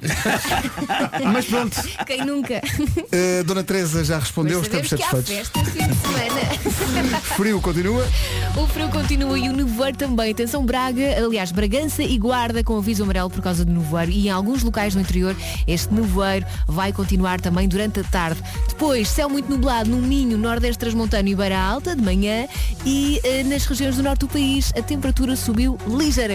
[SPEAKER 2] Mas pronto.
[SPEAKER 4] Quem nunca?
[SPEAKER 2] Uh, Dona Teresa já respondeu,
[SPEAKER 4] Mas
[SPEAKER 2] estamos
[SPEAKER 4] sabemos que há
[SPEAKER 2] satisfeitos.
[SPEAKER 4] festa este fim de semana.
[SPEAKER 2] Frio continua.
[SPEAKER 4] O frio continua e o nevoeiro também. Atenção, Braga, aliás, Bragança e Guarda com aviso amarelo por causa do nevoeiro e em alguns locais no interior este nevoeiro vai continuar também durante a tarde. Depois, céu muito nublado no Minho, Nordeste Transmontano e Beira Alta de manhã e eh, nas regiões do norte do país a temperatura subiu ligeiramente.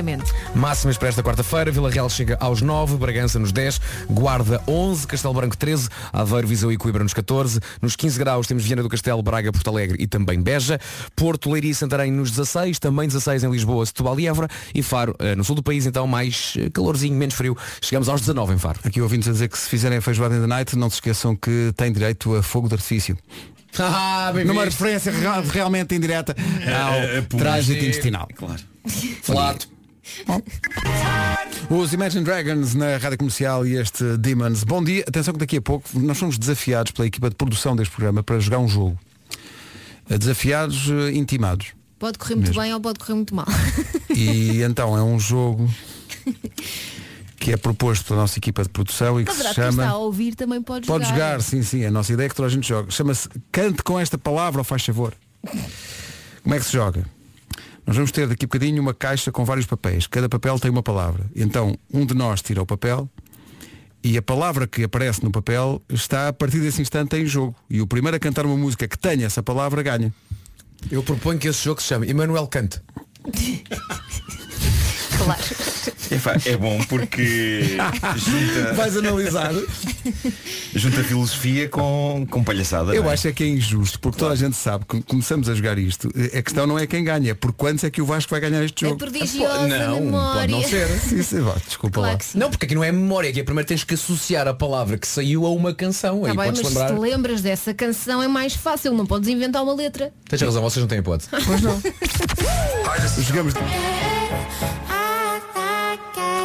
[SPEAKER 5] Máximas para esta quarta-feira, Vila Real chega aos 9, Bragança nos 10, Guarda 11, Castelo Branco 13, Aveiro, Viseu e Coimbra nos 14, nos 15 graus temos Viana do Castelo, Braga, Porto Alegre e também Beja, Porto, Leiria e Santarém nos 16, também 16 em Lisboa, Setúbal e Évora e Faro eh, no sul do país, então mais eh, calorzinho, menos frio, chegamos aos 19 em Faro.
[SPEAKER 2] Aqui ouvintes a dizer que se fizerem a feijoada in the night, não se esqueçam que têm direito a fogo de artifício.
[SPEAKER 5] Ah, bem
[SPEAKER 2] Numa
[SPEAKER 5] visto.
[SPEAKER 2] referência real- realmente indireta
[SPEAKER 10] eh,
[SPEAKER 5] É, é
[SPEAKER 2] ao
[SPEAKER 5] puro.
[SPEAKER 2] trânsito
[SPEAKER 5] Sim.
[SPEAKER 2] intestinal.
[SPEAKER 10] Claro.
[SPEAKER 5] Flato.
[SPEAKER 2] Os Imagine Dragons na Rádio Comercial e este Demons. Bom dia, atenção que daqui a pouco nós somos desafiados pela equipa de produção deste programa para jogar um jogo. Desafiados, eh, intimados.
[SPEAKER 4] Pode correr muito bem ou pode correr muito mal.
[SPEAKER 2] E então é um jogo que é proposto pela nossa equipa de produção e que
[SPEAKER 4] Poderá
[SPEAKER 2] se
[SPEAKER 4] quem está a
[SPEAKER 2] chama.
[SPEAKER 4] ouvir também pode jogar.
[SPEAKER 2] Pode jogar, sim, sim. A nossa ideia é que toda a gente joga. Chama-se Cante com esta palavra ou faz favor. Como é que se joga? Nós vamos ter daqui a bocadinho uma caixa com vários papéis. Cada papel tem uma palavra. Então, um de nós tira o papel e a palavra que aparece no papel está a partir desse instante em jogo. E o primeiro a cantar uma música que tenha essa palavra ganha.
[SPEAKER 5] Eu proponho que esse jogo se chame Emanuel Cante.
[SPEAKER 4] falar.
[SPEAKER 10] Epá, É bom porque junta,
[SPEAKER 2] Vais analisar.
[SPEAKER 10] junta filosofia com, com palhaçada.
[SPEAKER 2] Eu
[SPEAKER 10] não é?
[SPEAKER 2] acho é que é injusto, porque toda a gente sabe que começamos a jogar isto. A questão não é quem ganha, é por quantos é que o Vasco vai ganhar este
[SPEAKER 4] É
[SPEAKER 2] jogo.
[SPEAKER 4] prodigiosa
[SPEAKER 2] não,
[SPEAKER 4] memória.
[SPEAKER 2] pode não ser. Sim, sim, vá, desculpa
[SPEAKER 4] Claro
[SPEAKER 2] lá.
[SPEAKER 4] que sim.
[SPEAKER 5] Não, porque aqui não é memória, aqui é primeiro tens que associar a palavra que saiu a uma canção.
[SPEAKER 4] Tá bem,
[SPEAKER 5] aí
[SPEAKER 4] mas
[SPEAKER 5] podes lembrar.
[SPEAKER 4] se te lembras dessa canção é mais fácil, não podes inventar uma letra.
[SPEAKER 5] Tens razão, vocês não têm hipótese.
[SPEAKER 2] Pois não. Jogamos.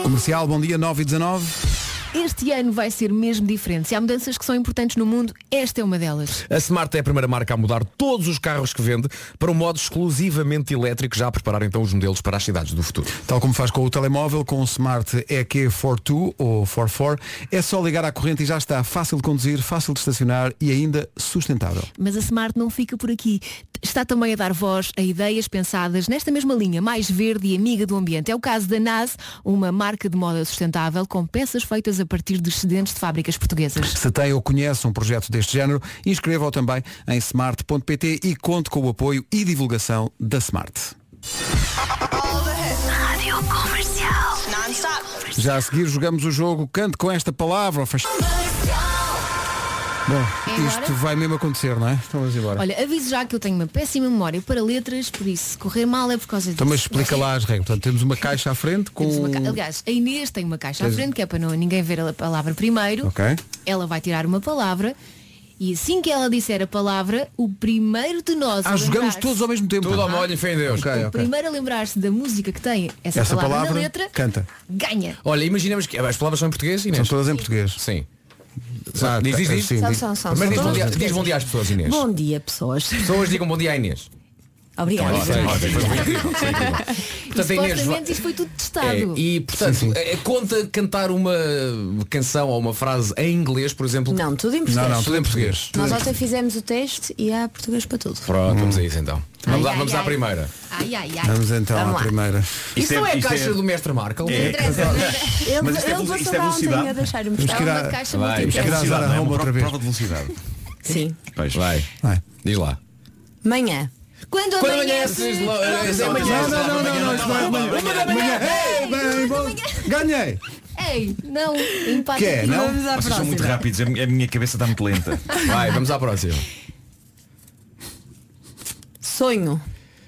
[SPEAKER 2] Comercial, bom dia, 9 e 19.
[SPEAKER 4] Este ano vai ser mesmo diferente. Se há mudanças que são importantes no mundo, esta é uma delas.
[SPEAKER 16] A Smart é a primeira marca a mudar todos os carros que vende para um modo exclusivamente elétrico, já a preparar então os modelos para as cidades do futuro.
[SPEAKER 2] Tal como faz com o telemóvel, com o Smart EQ42 ou 44, é só ligar à corrente e já está. Fácil de conduzir, fácil de estacionar e ainda sustentável.
[SPEAKER 4] Mas a Smart não fica por aqui. Está também a dar voz a ideias pensadas nesta mesma linha, mais verde e amiga do ambiente. É o caso da NAS, uma marca de moda sustentável com peças feitas a partir de excedentes de fábricas portuguesas.
[SPEAKER 2] Se tem ou conhece um projeto deste género, inscreva-o também em smart.pt e conte com o apoio e divulgação da Smart.
[SPEAKER 12] Rádio comercial. Non-stop.
[SPEAKER 2] Já a seguir jogamos o jogo Cante com esta palavra. Faz...
[SPEAKER 4] É
[SPEAKER 2] Bom,
[SPEAKER 4] agora?
[SPEAKER 2] isto vai mesmo acontecer, não é? Vamos embora.
[SPEAKER 4] Olha, aviso já que eu tenho uma péssima memória para letras, por isso, se correr mal é por causa disso.
[SPEAKER 2] Então, mas explica lá as regras. Portanto, temos uma caixa à frente com...
[SPEAKER 4] Temos uma ca- Aliás, a Inês tem uma caixa à
[SPEAKER 2] Tens-
[SPEAKER 4] frente, que é para não, ninguém ver a palavra primeiro.
[SPEAKER 2] Ok.
[SPEAKER 4] Ela vai tirar uma palavra e assim que ela disser a palavra, o primeiro de nós a
[SPEAKER 2] Ah, jogamos
[SPEAKER 4] lembrar-se-
[SPEAKER 2] todos ao mesmo tempo.
[SPEAKER 4] Tudo ao molho
[SPEAKER 2] e
[SPEAKER 5] fé em Deus.
[SPEAKER 2] Ok,
[SPEAKER 4] O
[SPEAKER 2] ok.
[SPEAKER 4] um primeiro a lembrar-se da música que tem essa,
[SPEAKER 2] Essa
[SPEAKER 4] palavra,
[SPEAKER 2] palavra,
[SPEAKER 4] na letra,
[SPEAKER 2] canta.
[SPEAKER 4] ganha.
[SPEAKER 5] Olha, imaginemos que as palavras são em português, Inês.
[SPEAKER 2] São todas em português.
[SPEAKER 5] Sim.
[SPEAKER 2] Ah,
[SPEAKER 5] diz, diz,
[SPEAKER 2] tá,
[SPEAKER 5] diz.
[SPEAKER 2] sim,
[SPEAKER 9] São, diz. são, são,
[SPEAKER 5] Primeiro diz
[SPEAKER 9] são
[SPEAKER 5] bom, dia,
[SPEAKER 9] todas.
[SPEAKER 5] diz bom dia às pessoas, Inês.
[SPEAKER 9] Bom dia, pessoas.
[SPEAKER 5] Pessoas digam bom dia à Inês.
[SPEAKER 2] Então,
[SPEAKER 9] Obrigada.
[SPEAKER 5] Ótimo, ótimo, foi incrível, foi incrível.
[SPEAKER 4] E,
[SPEAKER 5] Portanto, a Inês
[SPEAKER 4] supostamente
[SPEAKER 5] vai-
[SPEAKER 4] isto foi tudo testado.
[SPEAKER 5] É, e portanto, é, conta cantar uma canção ou uma frase em inglês, por exemplo.
[SPEAKER 9] Não, tudo em português.
[SPEAKER 5] Não, não, tudo em português.
[SPEAKER 9] Nós ontem fizemos o teste e há português para tudo.
[SPEAKER 5] Pronto, vamos a isso então. Vamos, lá,
[SPEAKER 9] ai,
[SPEAKER 5] vamos à
[SPEAKER 9] ai.
[SPEAKER 5] primeira.
[SPEAKER 4] Ai, ai, ai.
[SPEAKER 2] Vamos então
[SPEAKER 9] Vamos
[SPEAKER 2] à
[SPEAKER 9] lá.
[SPEAKER 2] primeira.
[SPEAKER 5] Isso não é a caixa do mestre Marco?
[SPEAKER 2] É.
[SPEAKER 9] Ele,
[SPEAKER 2] Mas isto é
[SPEAKER 9] ele
[SPEAKER 2] velo- isto
[SPEAKER 9] passou
[SPEAKER 2] é
[SPEAKER 9] lá ontem
[SPEAKER 2] velocidade?
[SPEAKER 9] um a deixar-me
[SPEAKER 2] Temos
[SPEAKER 9] estar.
[SPEAKER 2] que ir à- Vai,
[SPEAKER 10] É
[SPEAKER 2] temos que ir à Zara Home outra vez.
[SPEAKER 10] Prova de velocidade.
[SPEAKER 9] Sim.
[SPEAKER 5] Vai. Diz lá.
[SPEAKER 9] Manhã.
[SPEAKER 4] Quando
[SPEAKER 9] Quando
[SPEAKER 5] amanheces, lo- é amanhã.
[SPEAKER 2] Não, não, não, não, não, isto não é amanhã.
[SPEAKER 5] Uma da
[SPEAKER 2] Amanhã. Ei, bem, bom. Ganhei!
[SPEAKER 4] Ei, não, empate.
[SPEAKER 10] Que é,
[SPEAKER 4] aqui.
[SPEAKER 10] não? Vocês são muito rápidos, a minha a minha cabeça está muito lenta.
[SPEAKER 5] Vai, vamos à próxima.
[SPEAKER 9] Sonho.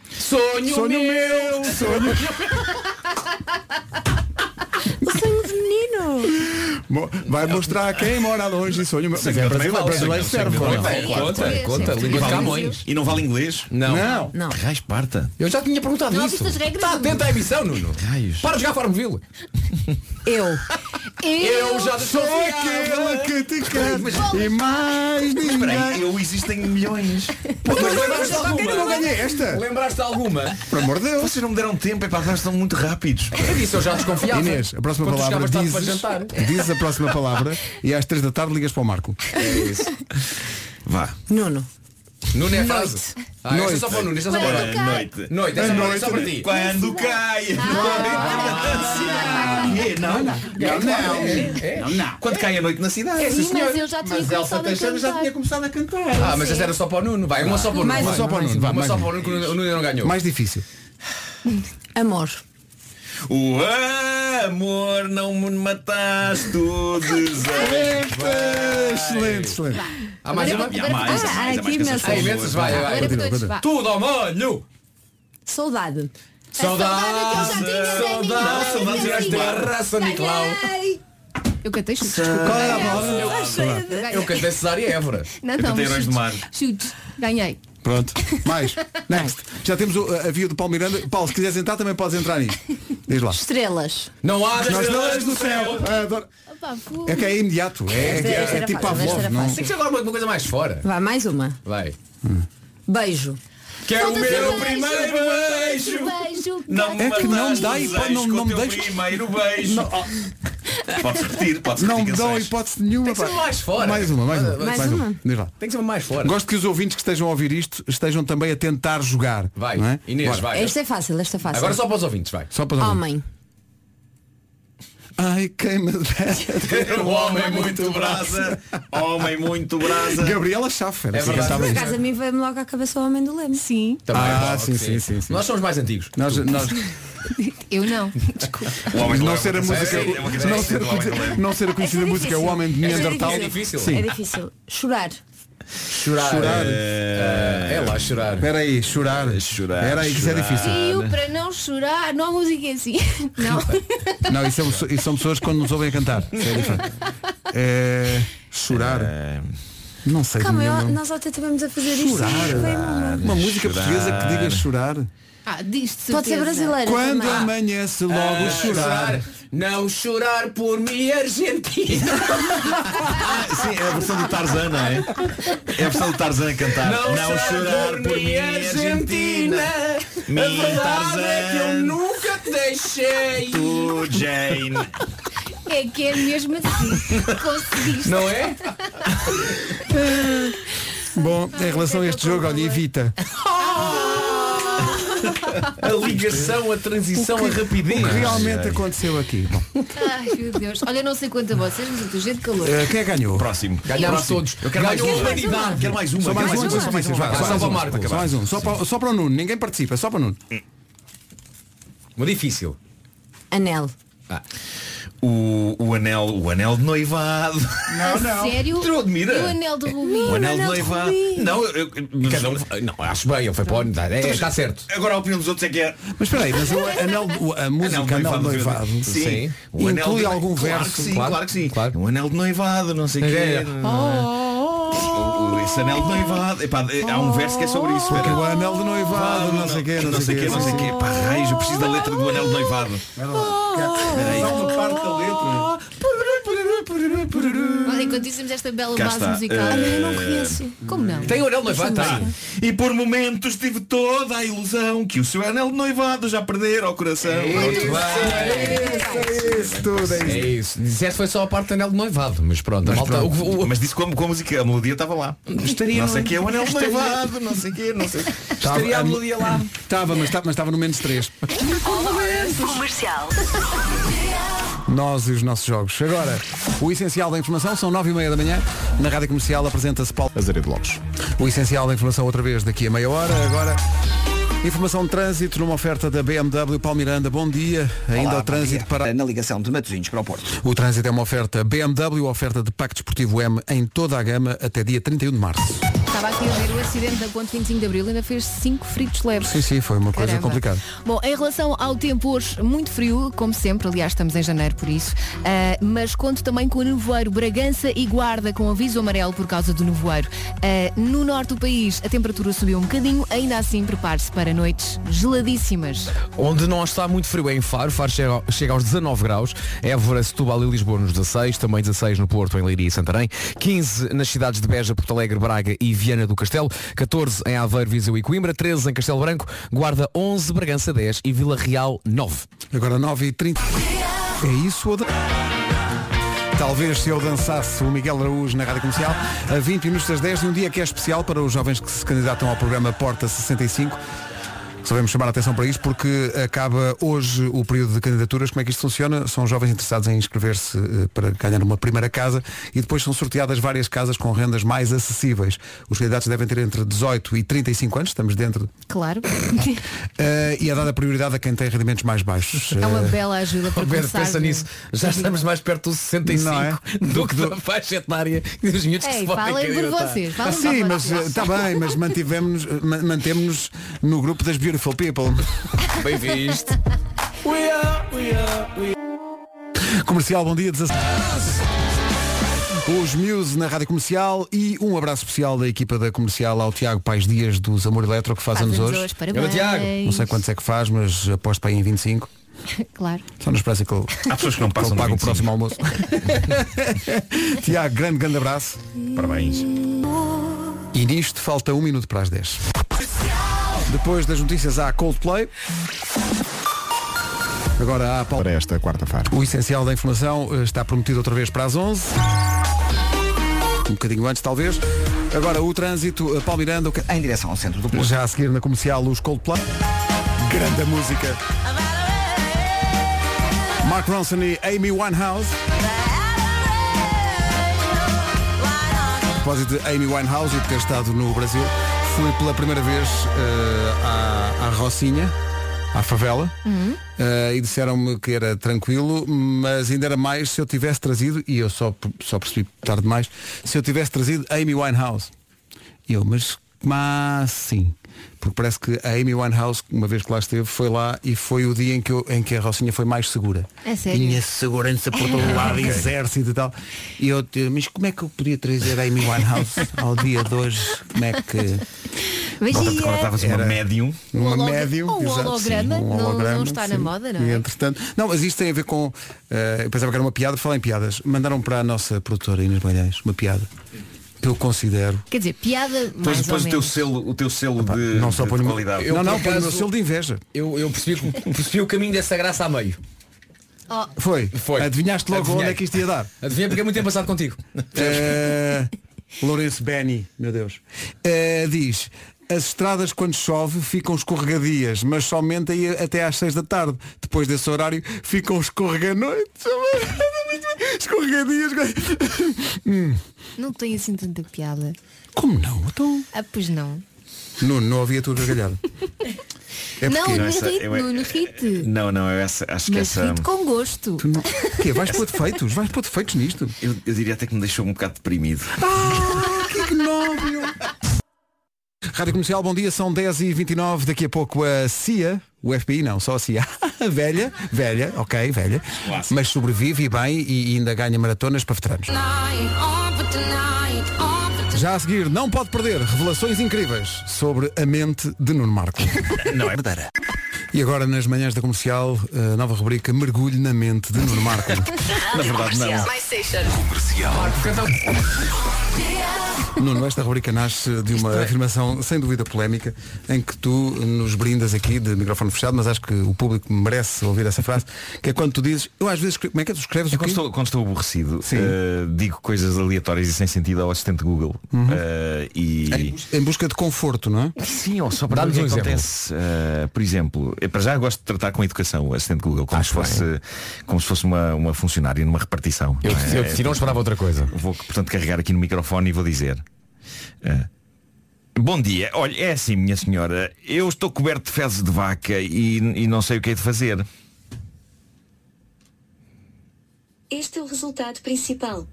[SPEAKER 5] Sonho,
[SPEAKER 9] Sonho
[SPEAKER 5] meu,
[SPEAKER 2] sonho.
[SPEAKER 9] O sonho de menino.
[SPEAKER 2] Mo- Vai mostrar a quem mora longe e sonho. Mas
[SPEAKER 10] Sim,
[SPEAKER 2] é
[SPEAKER 10] eu também
[SPEAKER 2] brasileiro,
[SPEAKER 10] falo,
[SPEAKER 2] brasileiro
[SPEAKER 10] sim, eu
[SPEAKER 2] serve. ou
[SPEAKER 10] também
[SPEAKER 2] não?
[SPEAKER 10] falo, claro,
[SPEAKER 5] Conta,
[SPEAKER 10] claro.
[SPEAKER 5] conta,
[SPEAKER 10] Sim.
[SPEAKER 5] língua
[SPEAKER 10] E
[SPEAKER 5] de
[SPEAKER 10] vale
[SPEAKER 5] Camões.
[SPEAKER 10] inglês? E não vale inglês?
[SPEAKER 5] Não.
[SPEAKER 10] Não.
[SPEAKER 5] Não.
[SPEAKER 10] Raios, parta.
[SPEAKER 5] Eu já tinha perguntado
[SPEAKER 4] Não
[SPEAKER 5] isso.
[SPEAKER 4] ouviste as regras,
[SPEAKER 5] Está
[SPEAKER 4] Nuno?
[SPEAKER 5] atento à emissão, Nuno. Para de jogar Farmville.
[SPEAKER 9] Eu.
[SPEAKER 5] Eu já
[SPEAKER 2] Sou aquela que te quer e mais ninguém.
[SPEAKER 10] Espera aí, eu existem milhões.
[SPEAKER 5] Mas
[SPEAKER 2] lembraste de alguma? Eu não ganhei esta.
[SPEAKER 5] Lembraste de alguma?
[SPEAKER 2] Por amor de Deus.
[SPEAKER 10] Vocês não me deram tempo, é para estão muito rápidos.
[SPEAKER 5] É disso, eu já desconfiava.
[SPEAKER 2] Inês, a próxima
[SPEAKER 5] Quando
[SPEAKER 2] palavra
[SPEAKER 5] chegavas tarde
[SPEAKER 2] dizes,
[SPEAKER 5] para jantar.
[SPEAKER 2] dizes a próxima palavra e às 3 da tarde ligas para o Marco.
[SPEAKER 5] É isso.
[SPEAKER 10] Vá.
[SPEAKER 9] Nuno.
[SPEAKER 5] Nuno é a
[SPEAKER 9] Noite.
[SPEAKER 5] frase. Ah, esta é só para o Nuno, esta é só para o Nuno.
[SPEAKER 10] Noite.
[SPEAKER 5] Noite, esta é para- só para ti.
[SPEAKER 10] Quando cai. Não, não.
[SPEAKER 5] é.
[SPEAKER 10] Não, não. Quando cai a noite na cidade.
[SPEAKER 4] Sim, mas eu já tinha
[SPEAKER 5] Mas
[SPEAKER 4] começado
[SPEAKER 5] Elsa
[SPEAKER 4] a
[SPEAKER 5] Teixeira já
[SPEAKER 4] cantar.
[SPEAKER 5] tinha
[SPEAKER 4] começado a cantar.
[SPEAKER 5] Ah, mas esta era só para o Nuno. Vai, uma só para o Nuno.
[SPEAKER 9] Mais
[SPEAKER 5] vai.
[SPEAKER 9] uma, mais uma.
[SPEAKER 5] Uma
[SPEAKER 9] Mais
[SPEAKER 5] só
[SPEAKER 9] uma.
[SPEAKER 5] para o Nuno, que o Nuno não ganhou.
[SPEAKER 2] Mais difícil.
[SPEAKER 9] Amor.
[SPEAKER 10] O amor não me mataste tu
[SPEAKER 2] Excelente, excelente.
[SPEAKER 5] Há mais uma?
[SPEAKER 9] Agora- agora- ah, há aqui imensas.
[SPEAKER 5] Há imensas, vai,
[SPEAKER 9] Agora
[SPEAKER 5] vai.
[SPEAKER 9] para todos, vá.
[SPEAKER 5] Tudo ao molho.
[SPEAKER 4] é
[SPEAKER 9] Saudade.
[SPEAKER 5] Saudade.
[SPEAKER 9] Saudade.
[SPEAKER 5] Saudade. Saudade. Terraça, Nicolau.
[SPEAKER 4] Eu cantei chutes.
[SPEAKER 5] Qual era a bola?
[SPEAKER 4] Eu ganhei.
[SPEAKER 5] Eu cantei Cesária Évora.
[SPEAKER 4] Não, não, mas chutes. Chutes. Ganhei.
[SPEAKER 2] Pronto. Mais. Next. Já temos o- a, a via do Paulo Miranda. Paulo, se quiseres entrar também podes entrar nisso. Diz lá.
[SPEAKER 9] Estrelas.
[SPEAKER 5] Não há
[SPEAKER 2] As estrelas do céu. Adoro.
[SPEAKER 9] Opa,
[SPEAKER 2] É que é imediato. É,
[SPEAKER 9] Esta-
[SPEAKER 2] é-
[SPEAKER 9] esta
[SPEAKER 2] é
[SPEAKER 9] era
[SPEAKER 2] tipo a
[SPEAKER 9] fácil, esta
[SPEAKER 2] voz.
[SPEAKER 9] era
[SPEAKER 2] Não...
[SPEAKER 9] fácil.
[SPEAKER 5] Tem que ser agora uma uma coisa mais fora.
[SPEAKER 9] Vá, mais uma.
[SPEAKER 5] Vai.
[SPEAKER 9] Beijo.
[SPEAKER 5] Quero o meu
[SPEAKER 9] beijo.
[SPEAKER 5] primeiro
[SPEAKER 9] Beijo.
[SPEAKER 5] beijo.
[SPEAKER 10] me
[SPEAKER 2] É que não
[SPEAKER 10] mataste
[SPEAKER 2] dá
[SPEAKER 10] os
[SPEAKER 2] hipótese, não-
[SPEAKER 10] beijos com
[SPEAKER 2] não
[SPEAKER 10] o
[SPEAKER 2] me
[SPEAKER 10] teu
[SPEAKER 2] deixes-
[SPEAKER 10] primeiro beijo.
[SPEAKER 2] Não.
[SPEAKER 10] Podes repetir, podes
[SPEAKER 2] Não me
[SPEAKER 10] repetir
[SPEAKER 2] dão
[SPEAKER 10] canções.
[SPEAKER 2] hipótese nenhuma.
[SPEAKER 10] Tem que ser
[SPEAKER 2] pá.
[SPEAKER 10] uma mais fora.
[SPEAKER 2] Mais uma, mais uma.
[SPEAKER 10] Mais uma.
[SPEAKER 2] Diz lá.
[SPEAKER 5] Tem que ser uma mais fora.
[SPEAKER 2] Gosto que os ouvintes que estejam a ouvir isto estejam também a tentar jogar.
[SPEAKER 5] Vai,
[SPEAKER 2] não é?
[SPEAKER 5] Inês,
[SPEAKER 2] Bora.
[SPEAKER 5] vai.
[SPEAKER 9] Esta é fácil, esta é fácil.
[SPEAKER 2] um-
[SPEAKER 5] Agora só para os ouvintes, vai.
[SPEAKER 2] Só para os ouvintes.
[SPEAKER 9] Homem.
[SPEAKER 2] I came at that.
[SPEAKER 10] O um homem muito brasa. Homem muito brasa.
[SPEAKER 2] Gabriela Schaffer.
[SPEAKER 17] É
[SPEAKER 2] assim,
[SPEAKER 17] verdade.
[SPEAKER 2] cantava
[SPEAKER 17] Por
[SPEAKER 2] isto.
[SPEAKER 17] acaso a mim veio-me logo à cabeça o Homem do Leme.
[SPEAKER 4] Sim.
[SPEAKER 2] ah, sim, sim, sim, sim.
[SPEAKER 15] é Nós somos mais antigos.
[SPEAKER 2] Nós, nós,
[SPEAKER 4] Eu não. Desculpa.
[SPEAKER 10] O Homem do
[SPEAKER 2] não
[SPEAKER 10] Leme
[SPEAKER 2] ser a
[SPEAKER 10] é uma
[SPEAKER 2] música,
[SPEAKER 10] canção- é uma canção
[SPEAKER 2] não
[SPEAKER 10] difícil,
[SPEAKER 2] ser,
[SPEAKER 10] o Homem do Leme.
[SPEAKER 2] não ser a conhecida
[SPEAKER 17] Essa é
[SPEAKER 2] música O Homem de
[SPEAKER 17] difícil.
[SPEAKER 2] Neandertal.
[SPEAKER 17] Essa
[SPEAKER 2] Sim.
[SPEAKER 17] É difícil. Chorar.
[SPEAKER 2] Chorar.
[SPEAKER 15] Chorar.
[SPEAKER 2] Eh,
[SPEAKER 15] É lá, chorar.
[SPEAKER 2] Espera aí, chorar. Chorar. Era aí, que isso é
[SPEAKER 5] Ah,
[SPEAKER 2] difícil.
[SPEAKER 5] né?
[SPEAKER 4] Tio, para não chorar, não há música assim. Não.
[SPEAKER 2] Não, isso, é- isso são pessoas que quando nos ouvem a cantar. Isso é diferente. Eh, chorar. Não sei.
[SPEAKER 17] Calma,
[SPEAKER 2] nenhuma.
[SPEAKER 17] eu, nós até estivemos a fazer isto.
[SPEAKER 2] Chorar. Uma música
[SPEAKER 10] Chorar.
[SPEAKER 2] portuguesa que diga chorar.
[SPEAKER 4] Ah, diz de
[SPEAKER 17] Pode ser
[SPEAKER 4] certeza.
[SPEAKER 17] brasileira
[SPEAKER 2] Quando
[SPEAKER 17] também.
[SPEAKER 2] amanhece logo
[SPEAKER 15] Ah,
[SPEAKER 2] chorar.
[SPEAKER 15] Não chorar por mim, Argentina.
[SPEAKER 10] Sim, é a versão do Tarzan, não é? É a versão do Tarzan a cantar.
[SPEAKER 15] Não chorar por mim, Argentina. A verdade é que eu nunca te deixei.
[SPEAKER 10] Tu, Jane.
[SPEAKER 4] É que é mesmo assim. Conseguiste.
[SPEAKER 15] Não é?
[SPEAKER 2] Bom, em relação a este jogo, olha, evita.
[SPEAKER 15] A ligação, a transição, a rapidez.
[SPEAKER 2] O que realmente aconteceu aqui? Bom,
[SPEAKER 4] Ai, meu Deus. Olha, não sei quanto a vocês, mas eu estou cheio de calor.
[SPEAKER 2] eh, quem é que ganhou?
[SPEAKER 10] Próximo.
[SPEAKER 15] Ganhámos todos.
[SPEAKER 10] Eu quero mais
[SPEAKER 15] Ganhou
[SPEAKER 10] uma.
[SPEAKER 15] a humanidade.
[SPEAKER 10] Quero mais uma.
[SPEAKER 2] Só mais
[SPEAKER 10] quero
[SPEAKER 2] um, só mais um.
[SPEAKER 10] Vai,
[SPEAKER 2] vai, Só
[SPEAKER 10] vai, mais
[SPEAKER 2] para o
[SPEAKER 10] uma,
[SPEAKER 2] Marco.
[SPEAKER 10] para
[SPEAKER 2] Só mais um.
[SPEAKER 10] acabar.
[SPEAKER 2] Só para só para o Nuno. Ninguém participa. é Só para o Nuno.
[SPEAKER 15] Uma difícil.
[SPEAKER 17] Anel.
[SPEAKER 10] um. O, o anel, o anel de noivado.
[SPEAKER 4] A Sério?
[SPEAKER 10] Tu admira?
[SPEAKER 4] E o anel do Rubi.
[SPEAKER 10] O anel de noivado. Não, eu, eu-
[SPEAKER 15] Cada um, não, acho bem, ele foi para onde. É, está certo.
[SPEAKER 10] agora a opinião dos outros é que é.
[SPEAKER 2] Mas espera aí, mas o anel, o- a música Anel de Ah, Noivado
[SPEAKER 10] Sim. O anel
[SPEAKER 2] inclui
[SPEAKER 10] de-
[SPEAKER 2] algum
[SPEAKER 10] claro
[SPEAKER 2] verso.
[SPEAKER 10] Que sim, claro, que sim. O anel de noivado, não sei o
[SPEAKER 15] É.
[SPEAKER 10] quê. O- o- Esse anel de noivado. Epá, há um verso que é sobre isso.
[SPEAKER 2] Porque
[SPEAKER 10] espera.
[SPEAKER 2] o anel de noivado, não sei o quê,
[SPEAKER 10] Não sei o quê, não sei o quê. Pá, raios, eu preciso da letra do anel de noivado.
[SPEAKER 2] Só uma parte da letra.
[SPEAKER 4] Olha, enquanto isso, temos esta bela
[SPEAKER 10] Cá
[SPEAKER 4] base
[SPEAKER 10] está.
[SPEAKER 4] musical.
[SPEAKER 10] Eh,
[SPEAKER 4] eu não conheço. Como não?
[SPEAKER 15] Tem o anel de noivado?
[SPEAKER 10] Tá.
[SPEAKER 15] Tem.
[SPEAKER 10] E por momentos tive toda a ilusão que o seu anel de noivado já perdera ao coração.
[SPEAKER 15] É isso. Disseste foi só a parte do anel de noivado, mas pronto, a
[SPEAKER 10] Mas,
[SPEAKER 15] malta.
[SPEAKER 10] pronto,
[SPEAKER 15] o- o-
[SPEAKER 10] mas disse como com a música, a melodia estava lá.
[SPEAKER 15] Estaria
[SPEAKER 10] não
[SPEAKER 15] no-
[SPEAKER 10] sei o que é o anel de
[SPEAKER 15] estaria-
[SPEAKER 10] noivado, não sei o que, não sei.
[SPEAKER 15] Estaria a melodia lá.
[SPEAKER 2] Estava, mas estava, mas estava no menos 3.
[SPEAKER 12] Comercial.
[SPEAKER 2] Nós e os nossos jogos. Agora, o essencial da informação são 9 e meia da manhã. Na Rádio Comercial apresenta-se Paulo Azaredo Lopes. O essencial da informação outra vez daqui a meia hora. Agora, informação de trânsito numa oferta da BMW. Paulo Miranda, bom dia. Ainda
[SPEAKER 3] Olá,
[SPEAKER 2] o
[SPEAKER 3] bom
[SPEAKER 2] trânsito
[SPEAKER 3] dia.
[SPEAKER 2] para...
[SPEAKER 3] Na ligação de Matosinhos para o Porto.
[SPEAKER 2] O trânsito é uma oferta BMW, oferta de Pacto Esportivo M em toda a gama até dia 31 de março.
[SPEAKER 4] Estava aqui a ver o acidente da ponte 25 de Abril ainda fez 5 feridos leves.
[SPEAKER 2] Sim, sim, foi uma coisa
[SPEAKER 4] Caramba.
[SPEAKER 2] complicada.
[SPEAKER 4] Bom, em relação ao tempo hoje, muito frio, como sempre, aliás estamos em janeiro por isso, Ah, mas conto também com o nevoeiro Bragança e Guarda com aviso amarelo por causa do nevoeiro. Ah, no norte do país a temperatura subiu um bocadinho, ainda assim prepare-se para noites geladíssimas.
[SPEAKER 5] Onde não está muito frio é em Faro, Faro chega, ao- chega aos 19 graus, Évora, Setúbal e Lisboa nos 16, também 16 no Porto, em Leiria e Santarém, 15 nas cidades de Beja, Porto Alegre, Braga e Viana do Castelo, 14 em Aveiro, Viseu e Coimbra, 13 em Castelo Branco, Guarda 11, Bragança 10 e Vila Real 9.
[SPEAKER 2] Agora 9h30. É isso, Oda? Talvez se eu dançasse o Miguel Araújo na Rádio Comercial a 20 minutos das 10 de um dia que é especial para os jovens que se candidatam ao programa Porta 65. Sabemos chamar a atenção para isto porque acaba hoje o período de candidaturas. Como é que isto funciona? São jovens interessados em inscrever-se eh, para ganhar uma primeira casa e depois são sorteadas várias casas com rendas mais acessíveis. Os candidatos devem ter entre 18 e 35 anos, estamos dentro,
[SPEAKER 4] Claro.
[SPEAKER 2] eh, e é dada prioridade a quem tem rendimentos mais baixos.
[SPEAKER 4] É uma
[SPEAKER 2] Eh,
[SPEAKER 4] bela ajuda para
[SPEAKER 15] Pedro,
[SPEAKER 4] começar.
[SPEAKER 15] pensa
[SPEAKER 4] viu?
[SPEAKER 15] nisso, já estamos mais perto dos 65
[SPEAKER 2] Não é?
[SPEAKER 15] do que da faixa etária e dos miúdos que
[SPEAKER 4] Ei,
[SPEAKER 15] se podem
[SPEAKER 4] falem por
[SPEAKER 15] candidatar.
[SPEAKER 4] vocês.
[SPEAKER 2] Ah,
[SPEAKER 4] Falem
[SPEAKER 2] sim,
[SPEAKER 4] por
[SPEAKER 2] mas
[SPEAKER 4] vocês.
[SPEAKER 2] está bem, mas mantivemos ma- mantemos-nos no grupo das Beautiful People.
[SPEAKER 15] Bem visto.
[SPEAKER 2] Comercial, bom dia, 16. Os Muse na Rádio Comercial e um abraço especial da equipa da Comercial ao Tiago Pais Dias dos Amor Eletro que faz anos
[SPEAKER 4] Faz-nos
[SPEAKER 2] hoje.
[SPEAKER 4] hoje, parabéns.
[SPEAKER 2] Não sei quantos é que faz, mas aposto para aí em 25.
[SPEAKER 4] Claro.
[SPEAKER 2] Só nos parece que ele,
[SPEAKER 10] Há pessoas que não
[SPEAKER 2] que ele
[SPEAKER 10] passam
[SPEAKER 2] paga o
[SPEAKER 10] do 25.
[SPEAKER 2] próximo almoço. Tiago, grande, grande abraço.
[SPEAKER 10] Parabéns.
[SPEAKER 2] E nisto falta um minuto para as 10. Depois das notícias há Coldplay. Agora há Paulo.
[SPEAKER 1] Para esta quarta-feira.
[SPEAKER 2] O essencial da informação eh, está prometido outra vez para as 11. Um bocadinho antes, talvez. Agora o trânsito, eh, Paulo Miranda, o que-
[SPEAKER 3] Em direção ao centro do Porto.
[SPEAKER 2] já a seguir na comercial os Coldplay. Grande música. Mark Ronson e Amy Winehouse. A propósito de Amy Winehouse e de ter estado no Brasil, fui pela primeira vez eh, à, à Rocinha, à favela, eh, e disseram-me que era tranquilo, mas ainda era mais se eu tivesse trazido, e eu só, só percebi tarde demais, se eu tivesse trazido Amy Winehouse. E eu, mas, mas sim. Porque parece que a Amy Winehouse, uma vez que lá esteve, foi lá e foi o dia em que, eu- em que a Rocinha foi mais segura.
[SPEAKER 4] É sério?
[SPEAKER 2] Tinha segurança por todo lado,
[SPEAKER 4] Ok.
[SPEAKER 2] exército e tal. E eu, te- mas como é que eu podia trazer a Amy Winehouse ao dia de hoje? Como é que.
[SPEAKER 10] Contratava-se uma
[SPEAKER 2] Era
[SPEAKER 10] médium.
[SPEAKER 2] Uma
[SPEAKER 4] hologra-
[SPEAKER 2] médium.
[SPEAKER 4] ou um
[SPEAKER 2] exato,
[SPEAKER 4] holograma,
[SPEAKER 2] sim, um
[SPEAKER 4] não- não
[SPEAKER 2] holograma,
[SPEAKER 4] está na
[SPEAKER 2] sim.
[SPEAKER 4] moda, não é?
[SPEAKER 2] E entretanto. Não, mas isto tem a ver com. eh, eu pensava que era uma piada, falei em piadas. Mandaram para a nossa produtora Inês Malhães uma piada que eu considero
[SPEAKER 4] Quer dizer, piada
[SPEAKER 10] Depois,
[SPEAKER 4] mais
[SPEAKER 10] Então, depois
[SPEAKER 4] ou
[SPEAKER 10] o teu
[SPEAKER 4] menos.
[SPEAKER 10] selo, o teu selo de,
[SPEAKER 2] não só
[SPEAKER 10] de
[SPEAKER 2] ponho-
[SPEAKER 10] qualidade.
[SPEAKER 2] Eu, Não, não,
[SPEAKER 10] por
[SPEAKER 2] põe o meu
[SPEAKER 10] acaso,
[SPEAKER 2] selo de inveja.
[SPEAKER 5] Eu, eu percebi, que- percebi o caminho dessa graça a meio.
[SPEAKER 4] Oh,
[SPEAKER 2] Foi.
[SPEAKER 5] Foi.
[SPEAKER 2] Adivinhaste logo
[SPEAKER 5] Adivinhei.
[SPEAKER 2] onde é que isto ia dar.
[SPEAKER 5] Adivinha porque é muito tempo passado contigo.
[SPEAKER 2] Eh, Lourenço Benny, meu Deus. Eh, diz, as estradas quando chove ficam escorregadias, mas somente aí até às 6 da tarde. Depois desse horário ficam escorreganoites. Escorregadias. Hum,
[SPEAKER 4] Não tem assim tanta piada.
[SPEAKER 2] Como não? Então...
[SPEAKER 4] Ah, pois não.
[SPEAKER 2] Nuno, não havia a tua gargalhada. É
[SPEAKER 4] não,
[SPEAKER 2] porque-
[SPEAKER 4] no
[SPEAKER 2] Não, essa-
[SPEAKER 4] hit,
[SPEAKER 10] eu-
[SPEAKER 4] Nuno, hit.
[SPEAKER 10] Não, não, eu essa, acho que
[SPEAKER 4] Mas
[SPEAKER 10] essa.
[SPEAKER 4] hit com gosto.
[SPEAKER 2] Quê? Vais pôr defeitos? Vais pôr defeitos nisto?
[SPEAKER 10] Eu, eu diria até que me deixou um bocado deprimido.
[SPEAKER 2] Ah, que ignóbil! Rádio Comercial, bom dia, são 10h29, daqui a pouco a CIA, o FBI não, só a CIA, velha, velha, ok, velha, mas sobrevive e bem e ainda ganha maratonas para veteranos. Já a seguir, não pode perder revelações incríveis sobre a mente de Nuno Marco.
[SPEAKER 10] Não é verdadeira.
[SPEAKER 2] E agora nas manhãs da comercial, a nova rubrica Mergulho na mente de Nuno Marco.
[SPEAKER 10] Na verdade, não.
[SPEAKER 2] Nuno, esta rubrica nasce de uma
[SPEAKER 10] é.
[SPEAKER 2] afirmação sem dúvida polémica em que tu nos brindas aqui de microfone fechado, mas acho que o público merece ouvir essa frase, que é quando tu dizes, eu às vezes, escrevo- como é que é? Tu escreves o
[SPEAKER 10] Eu quando,
[SPEAKER 2] quê?
[SPEAKER 10] estou, quando estou aborrecido, eh, digo coisas aleatórias e sem sentido ao assistente Google.
[SPEAKER 2] Uhum.
[SPEAKER 10] Eh, e...
[SPEAKER 2] Em busca de conforto, não é?
[SPEAKER 10] Sim, ou só para ver o que é que acontece. Eh, por exemplo, eu para já gosto de tratar com a educação o assistente Google, como se fosse, como se fosse uma, uma funcionária numa repartição.
[SPEAKER 18] Eu-
[SPEAKER 10] não é?
[SPEAKER 18] eu- se não esperava outra coisa.
[SPEAKER 10] Vou, portanto, carregar aqui no microfone e vou dizer. eh, Bom dia, olha, é assim, minha senhora, eu estou coberto de fezes de vaca e, e não sei o que é de fazer.
[SPEAKER 9] Este é o resultado principal.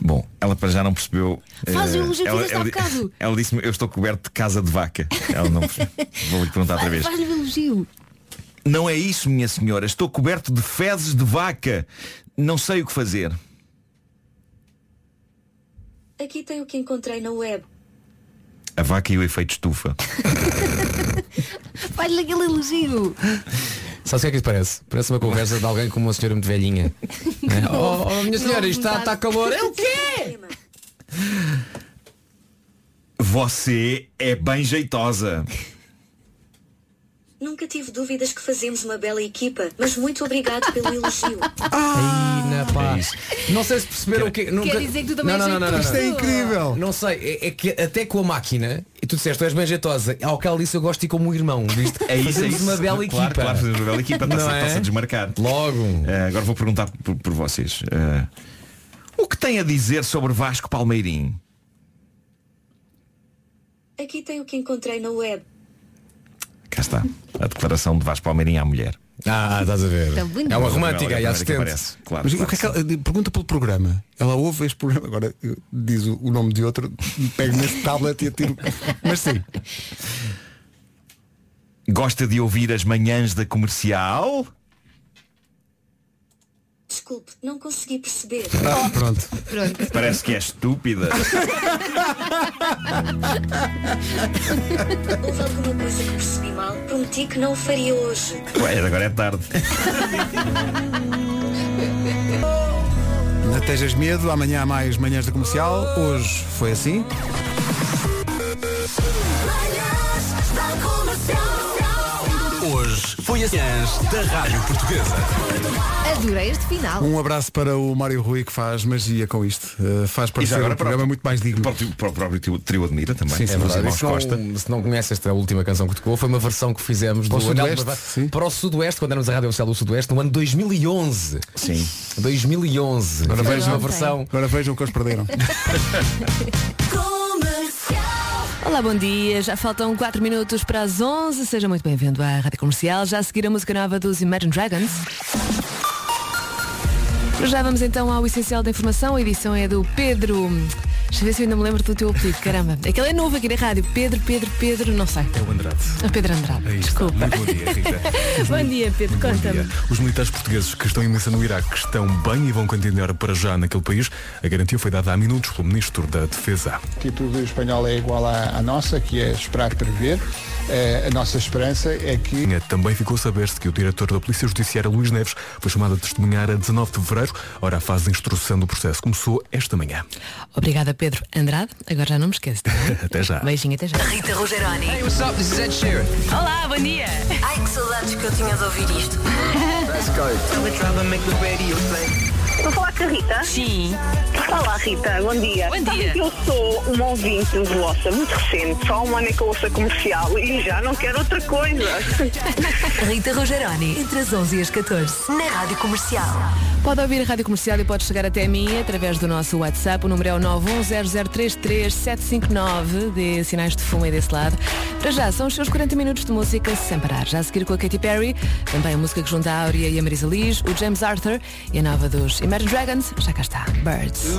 [SPEAKER 10] Bom, ela para já não percebeu.
[SPEAKER 9] Faz
[SPEAKER 10] eh,
[SPEAKER 9] o elogio que
[SPEAKER 10] ela,
[SPEAKER 9] fizeste há
[SPEAKER 10] ela,
[SPEAKER 9] bocado.
[SPEAKER 10] ela disse-me, eu estou coberto de casa de vaca. Ela não percebeu. Vou lhe perguntar outra vez.
[SPEAKER 4] Faz-lhe um elogio.
[SPEAKER 10] Não é isso, minha senhora. Estou coberto de fezes de vaca. Não sei o que fazer.
[SPEAKER 9] Aqui tem o que encontrei na web.
[SPEAKER 10] A vaca e o efeito estufa.
[SPEAKER 4] Faz-lhe aquele elogio.
[SPEAKER 5] Sabe o que é que isso parece? Parece uma conversa de alguém com uma senhora muito velhinha. É, oh, oh, minha senhora, isto está, está calor. É o quê?
[SPEAKER 10] Você é bem jeitosa.
[SPEAKER 9] Nunca tive dúvidas que fazemos uma bela equipa, mas muito obrigado pelo elogio.
[SPEAKER 5] Aí, na pá. É Não sei se perceberam o que. Nunca...
[SPEAKER 4] dizer que tu também
[SPEAKER 5] não,
[SPEAKER 4] és
[SPEAKER 5] não, não, não, não,
[SPEAKER 4] jeitosa. Isto é
[SPEAKER 2] incrível.
[SPEAKER 5] Não sei, é, é que até com a máquina, e tu disseste, tu és bem jeitosa. Ao que ela disse, eu gosto de ir como um irmão. Viste?
[SPEAKER 10] É isso, é
[SPEAKER 5] Fazemos
[SPEAKER 10] isso.
[SPEAKER 5] uma bela
[SPEAKER 10] claro,
[SPEAKER 5] equipa.
[SPEAKER 10] Claro, fazemos uma bela equipa. Está-se
[SPEAKER 5] Não é?
[SPEAKER 10] está-se a desmarcar.
[SPEAKER 5] Logo.
[SPEAKER 10] Eh, agora vou perguntar por, por vocês. Eh, o que tem a dizer sobre Vasco Palmeirim?
[SPEAKER 9] Aqui tem o que encontrei na web.
[SPEAKER 10] Cá está. A declaração de Vasco Palmeirim à mulher.
[SPEAKER 5] Ah, estás a ver.
[SPEAKER 9] Tá bonito. É uma
[SPEAKER 5] romântica,
[SPEAKER 10] Olha,
[SPEAKER 5] e
[SPEAKER 10] olha,
[SPEAKER 5] assistente.
[SPEAKER 10] olha que aparece. Claro,
[SPEAKER 2] Mas o
[SPEAKER 10] claro.
[SPEAKER 2] que é que ela- pergunta pelo programa. Ela ouve este programa, agora eu- diz o, o nome de outro, pego nesse tablet e atiro. Mas sim.
[SPEAKER 10] Gosta de ouvir as manhãs da comercial?
[SPEAKER 9] Desculpe, não consegui perceber.
[SPEAKER 2] tá, pronto.
[SPEAKER 9] Pronto.
[SPEAKER 10] Parece que é estúpida.
[SPEAKER 9] Houve alguma coisa que percebi mal? Prometi que não o faria hoje.
[SPEAKER 10] Ué, agora é tarde.
[SPEAKER 2] Não tejas medo, amanhã há mais manhãs da comercial. Hoje foi assim. Hoje
[SPEAKER 10] Foi as da Rádio Portuguesa.
[SPEAKER 4] Adorei este final.
[SPEAKER 2] Um abraço para o Mário Rui que faz magia com isto. Uh, faz
[SPEAKER 19] Isso
[SPEAKER 2] parecer
[SPEAKER 19] agora
[SPEAKER 2] um programa
[SPEAKER 19] próprio-
[SPEAKER 2] muito mais digno.
[SPEAKER 19] Para o próprio, trio, trio admira também.
[SPEAKER 5] Sim, sim,
[SPEAKER 10] É
[SPEAKER 19] José
[SPEAKER 5] É verdade.
[SPEAKER 19] Manuel
[SPEAKER 5] se, não, um- se não conhece esta última canção que tocou, foi uma versão que fizemos
[SPEAKER 19] Para o
[SPEAKER 5] do Anel
[SPEAKER 19] Sudoeste,
[SPEAKER 5] de Barba- para o Sudoeste, quando éramos a Rádio Oficial do Sudoeste, no ano 2011. Sim. 2011.
[SPEAKER 2] Agora
[SPEAKER 5] Fizemos
[SPEAKER 2] vejam,
[SPEAKER 5] uma versão.
[SPEAKER 2] agora vejam o que eles perderam.
[SPEAKER 4] Olá, bom dia. Já faltam 4 minutos para as 11. Seja muito bem-vindo à Rádio Comercial. Já a seguir a música nova dos Imagine Dragons. Para Já vamos então ao essencial da informação. A edição é do Pedro. Deixa eu ver se eu ainda me lembro do teu apelido. Caramba, aquele é novo aqui na rádio. Pedro, Pedro, Pedro, não sei.
[SPEAKER 10] É o Andrade.
[SPEAKER 4] Ah, Pedro Andrade.
[SPEAKER 10] Aí está.
[SPEAKER 4] Desculpa.
[SPEAKER 10] Muito bom dia, Rita.
[SPEAKER 4] bom dia, Pedro. Conta-me.
[SPEAKER 10] Os militares portugueses que estão em missa no Iraque estão bem e vão continuar para já naquele país. A garantia foi dada há minutos pelo Ministro da Defesa.
[SPEAKER 20] A atitude espanhola é igual à, à nossa, que é esperar para ver. Eh, a nossa esperança é que
[SPEAKER 10] Também ficou a saber-se que o diretor da Polícia Judiciária, Luís Neves, foi chamado a testemunhar a 19 de fevereiro. Ora, a fase de instrução do processo começou esta manhã.
[SPEAKER 4] Obrigada, Pedro Andrade. Agora já não me esqueço. tá bem?
[SPEAKER 10] Até já.
[SPEAKER 4] Beijinho, até já.
[SPEAKER 12] Rita Rogeroni.
[SPEAKER 4] Hey, what's up? This is Ed Sheeran. Olá, bom dia.
[SPEAKER 12] Ai, que saudades que eu tinha de ouvir isto. Let's go.
[SPEAKER 8] Estou a falar com a Rita? Sim. Olá, Rita. Bom dia. Bom dia. eu sou uma ouvinte vossa, muito recente. Só há um ano é que eu ouço a comercial e já não quero outra coisa.
[SPEAKER 12] Rita Rogeroni, entre as 11 e as 14, na Rádio Comercial.
[SPEAKER 4] Pode ouvir a Rádio Comercial e pode chegar até a mim através do nosso WhatsApp. O número é o 910033759. Dê sinais de fumo aí desse lado. Para já, são os seus 40 minutos de música sem parar. Já a seguir com a Katy Perry, também a música que junta a Áurea e a Marisa Liz, o James Arthur e a nova dos Imagine Dragons. Já cá está, Birds.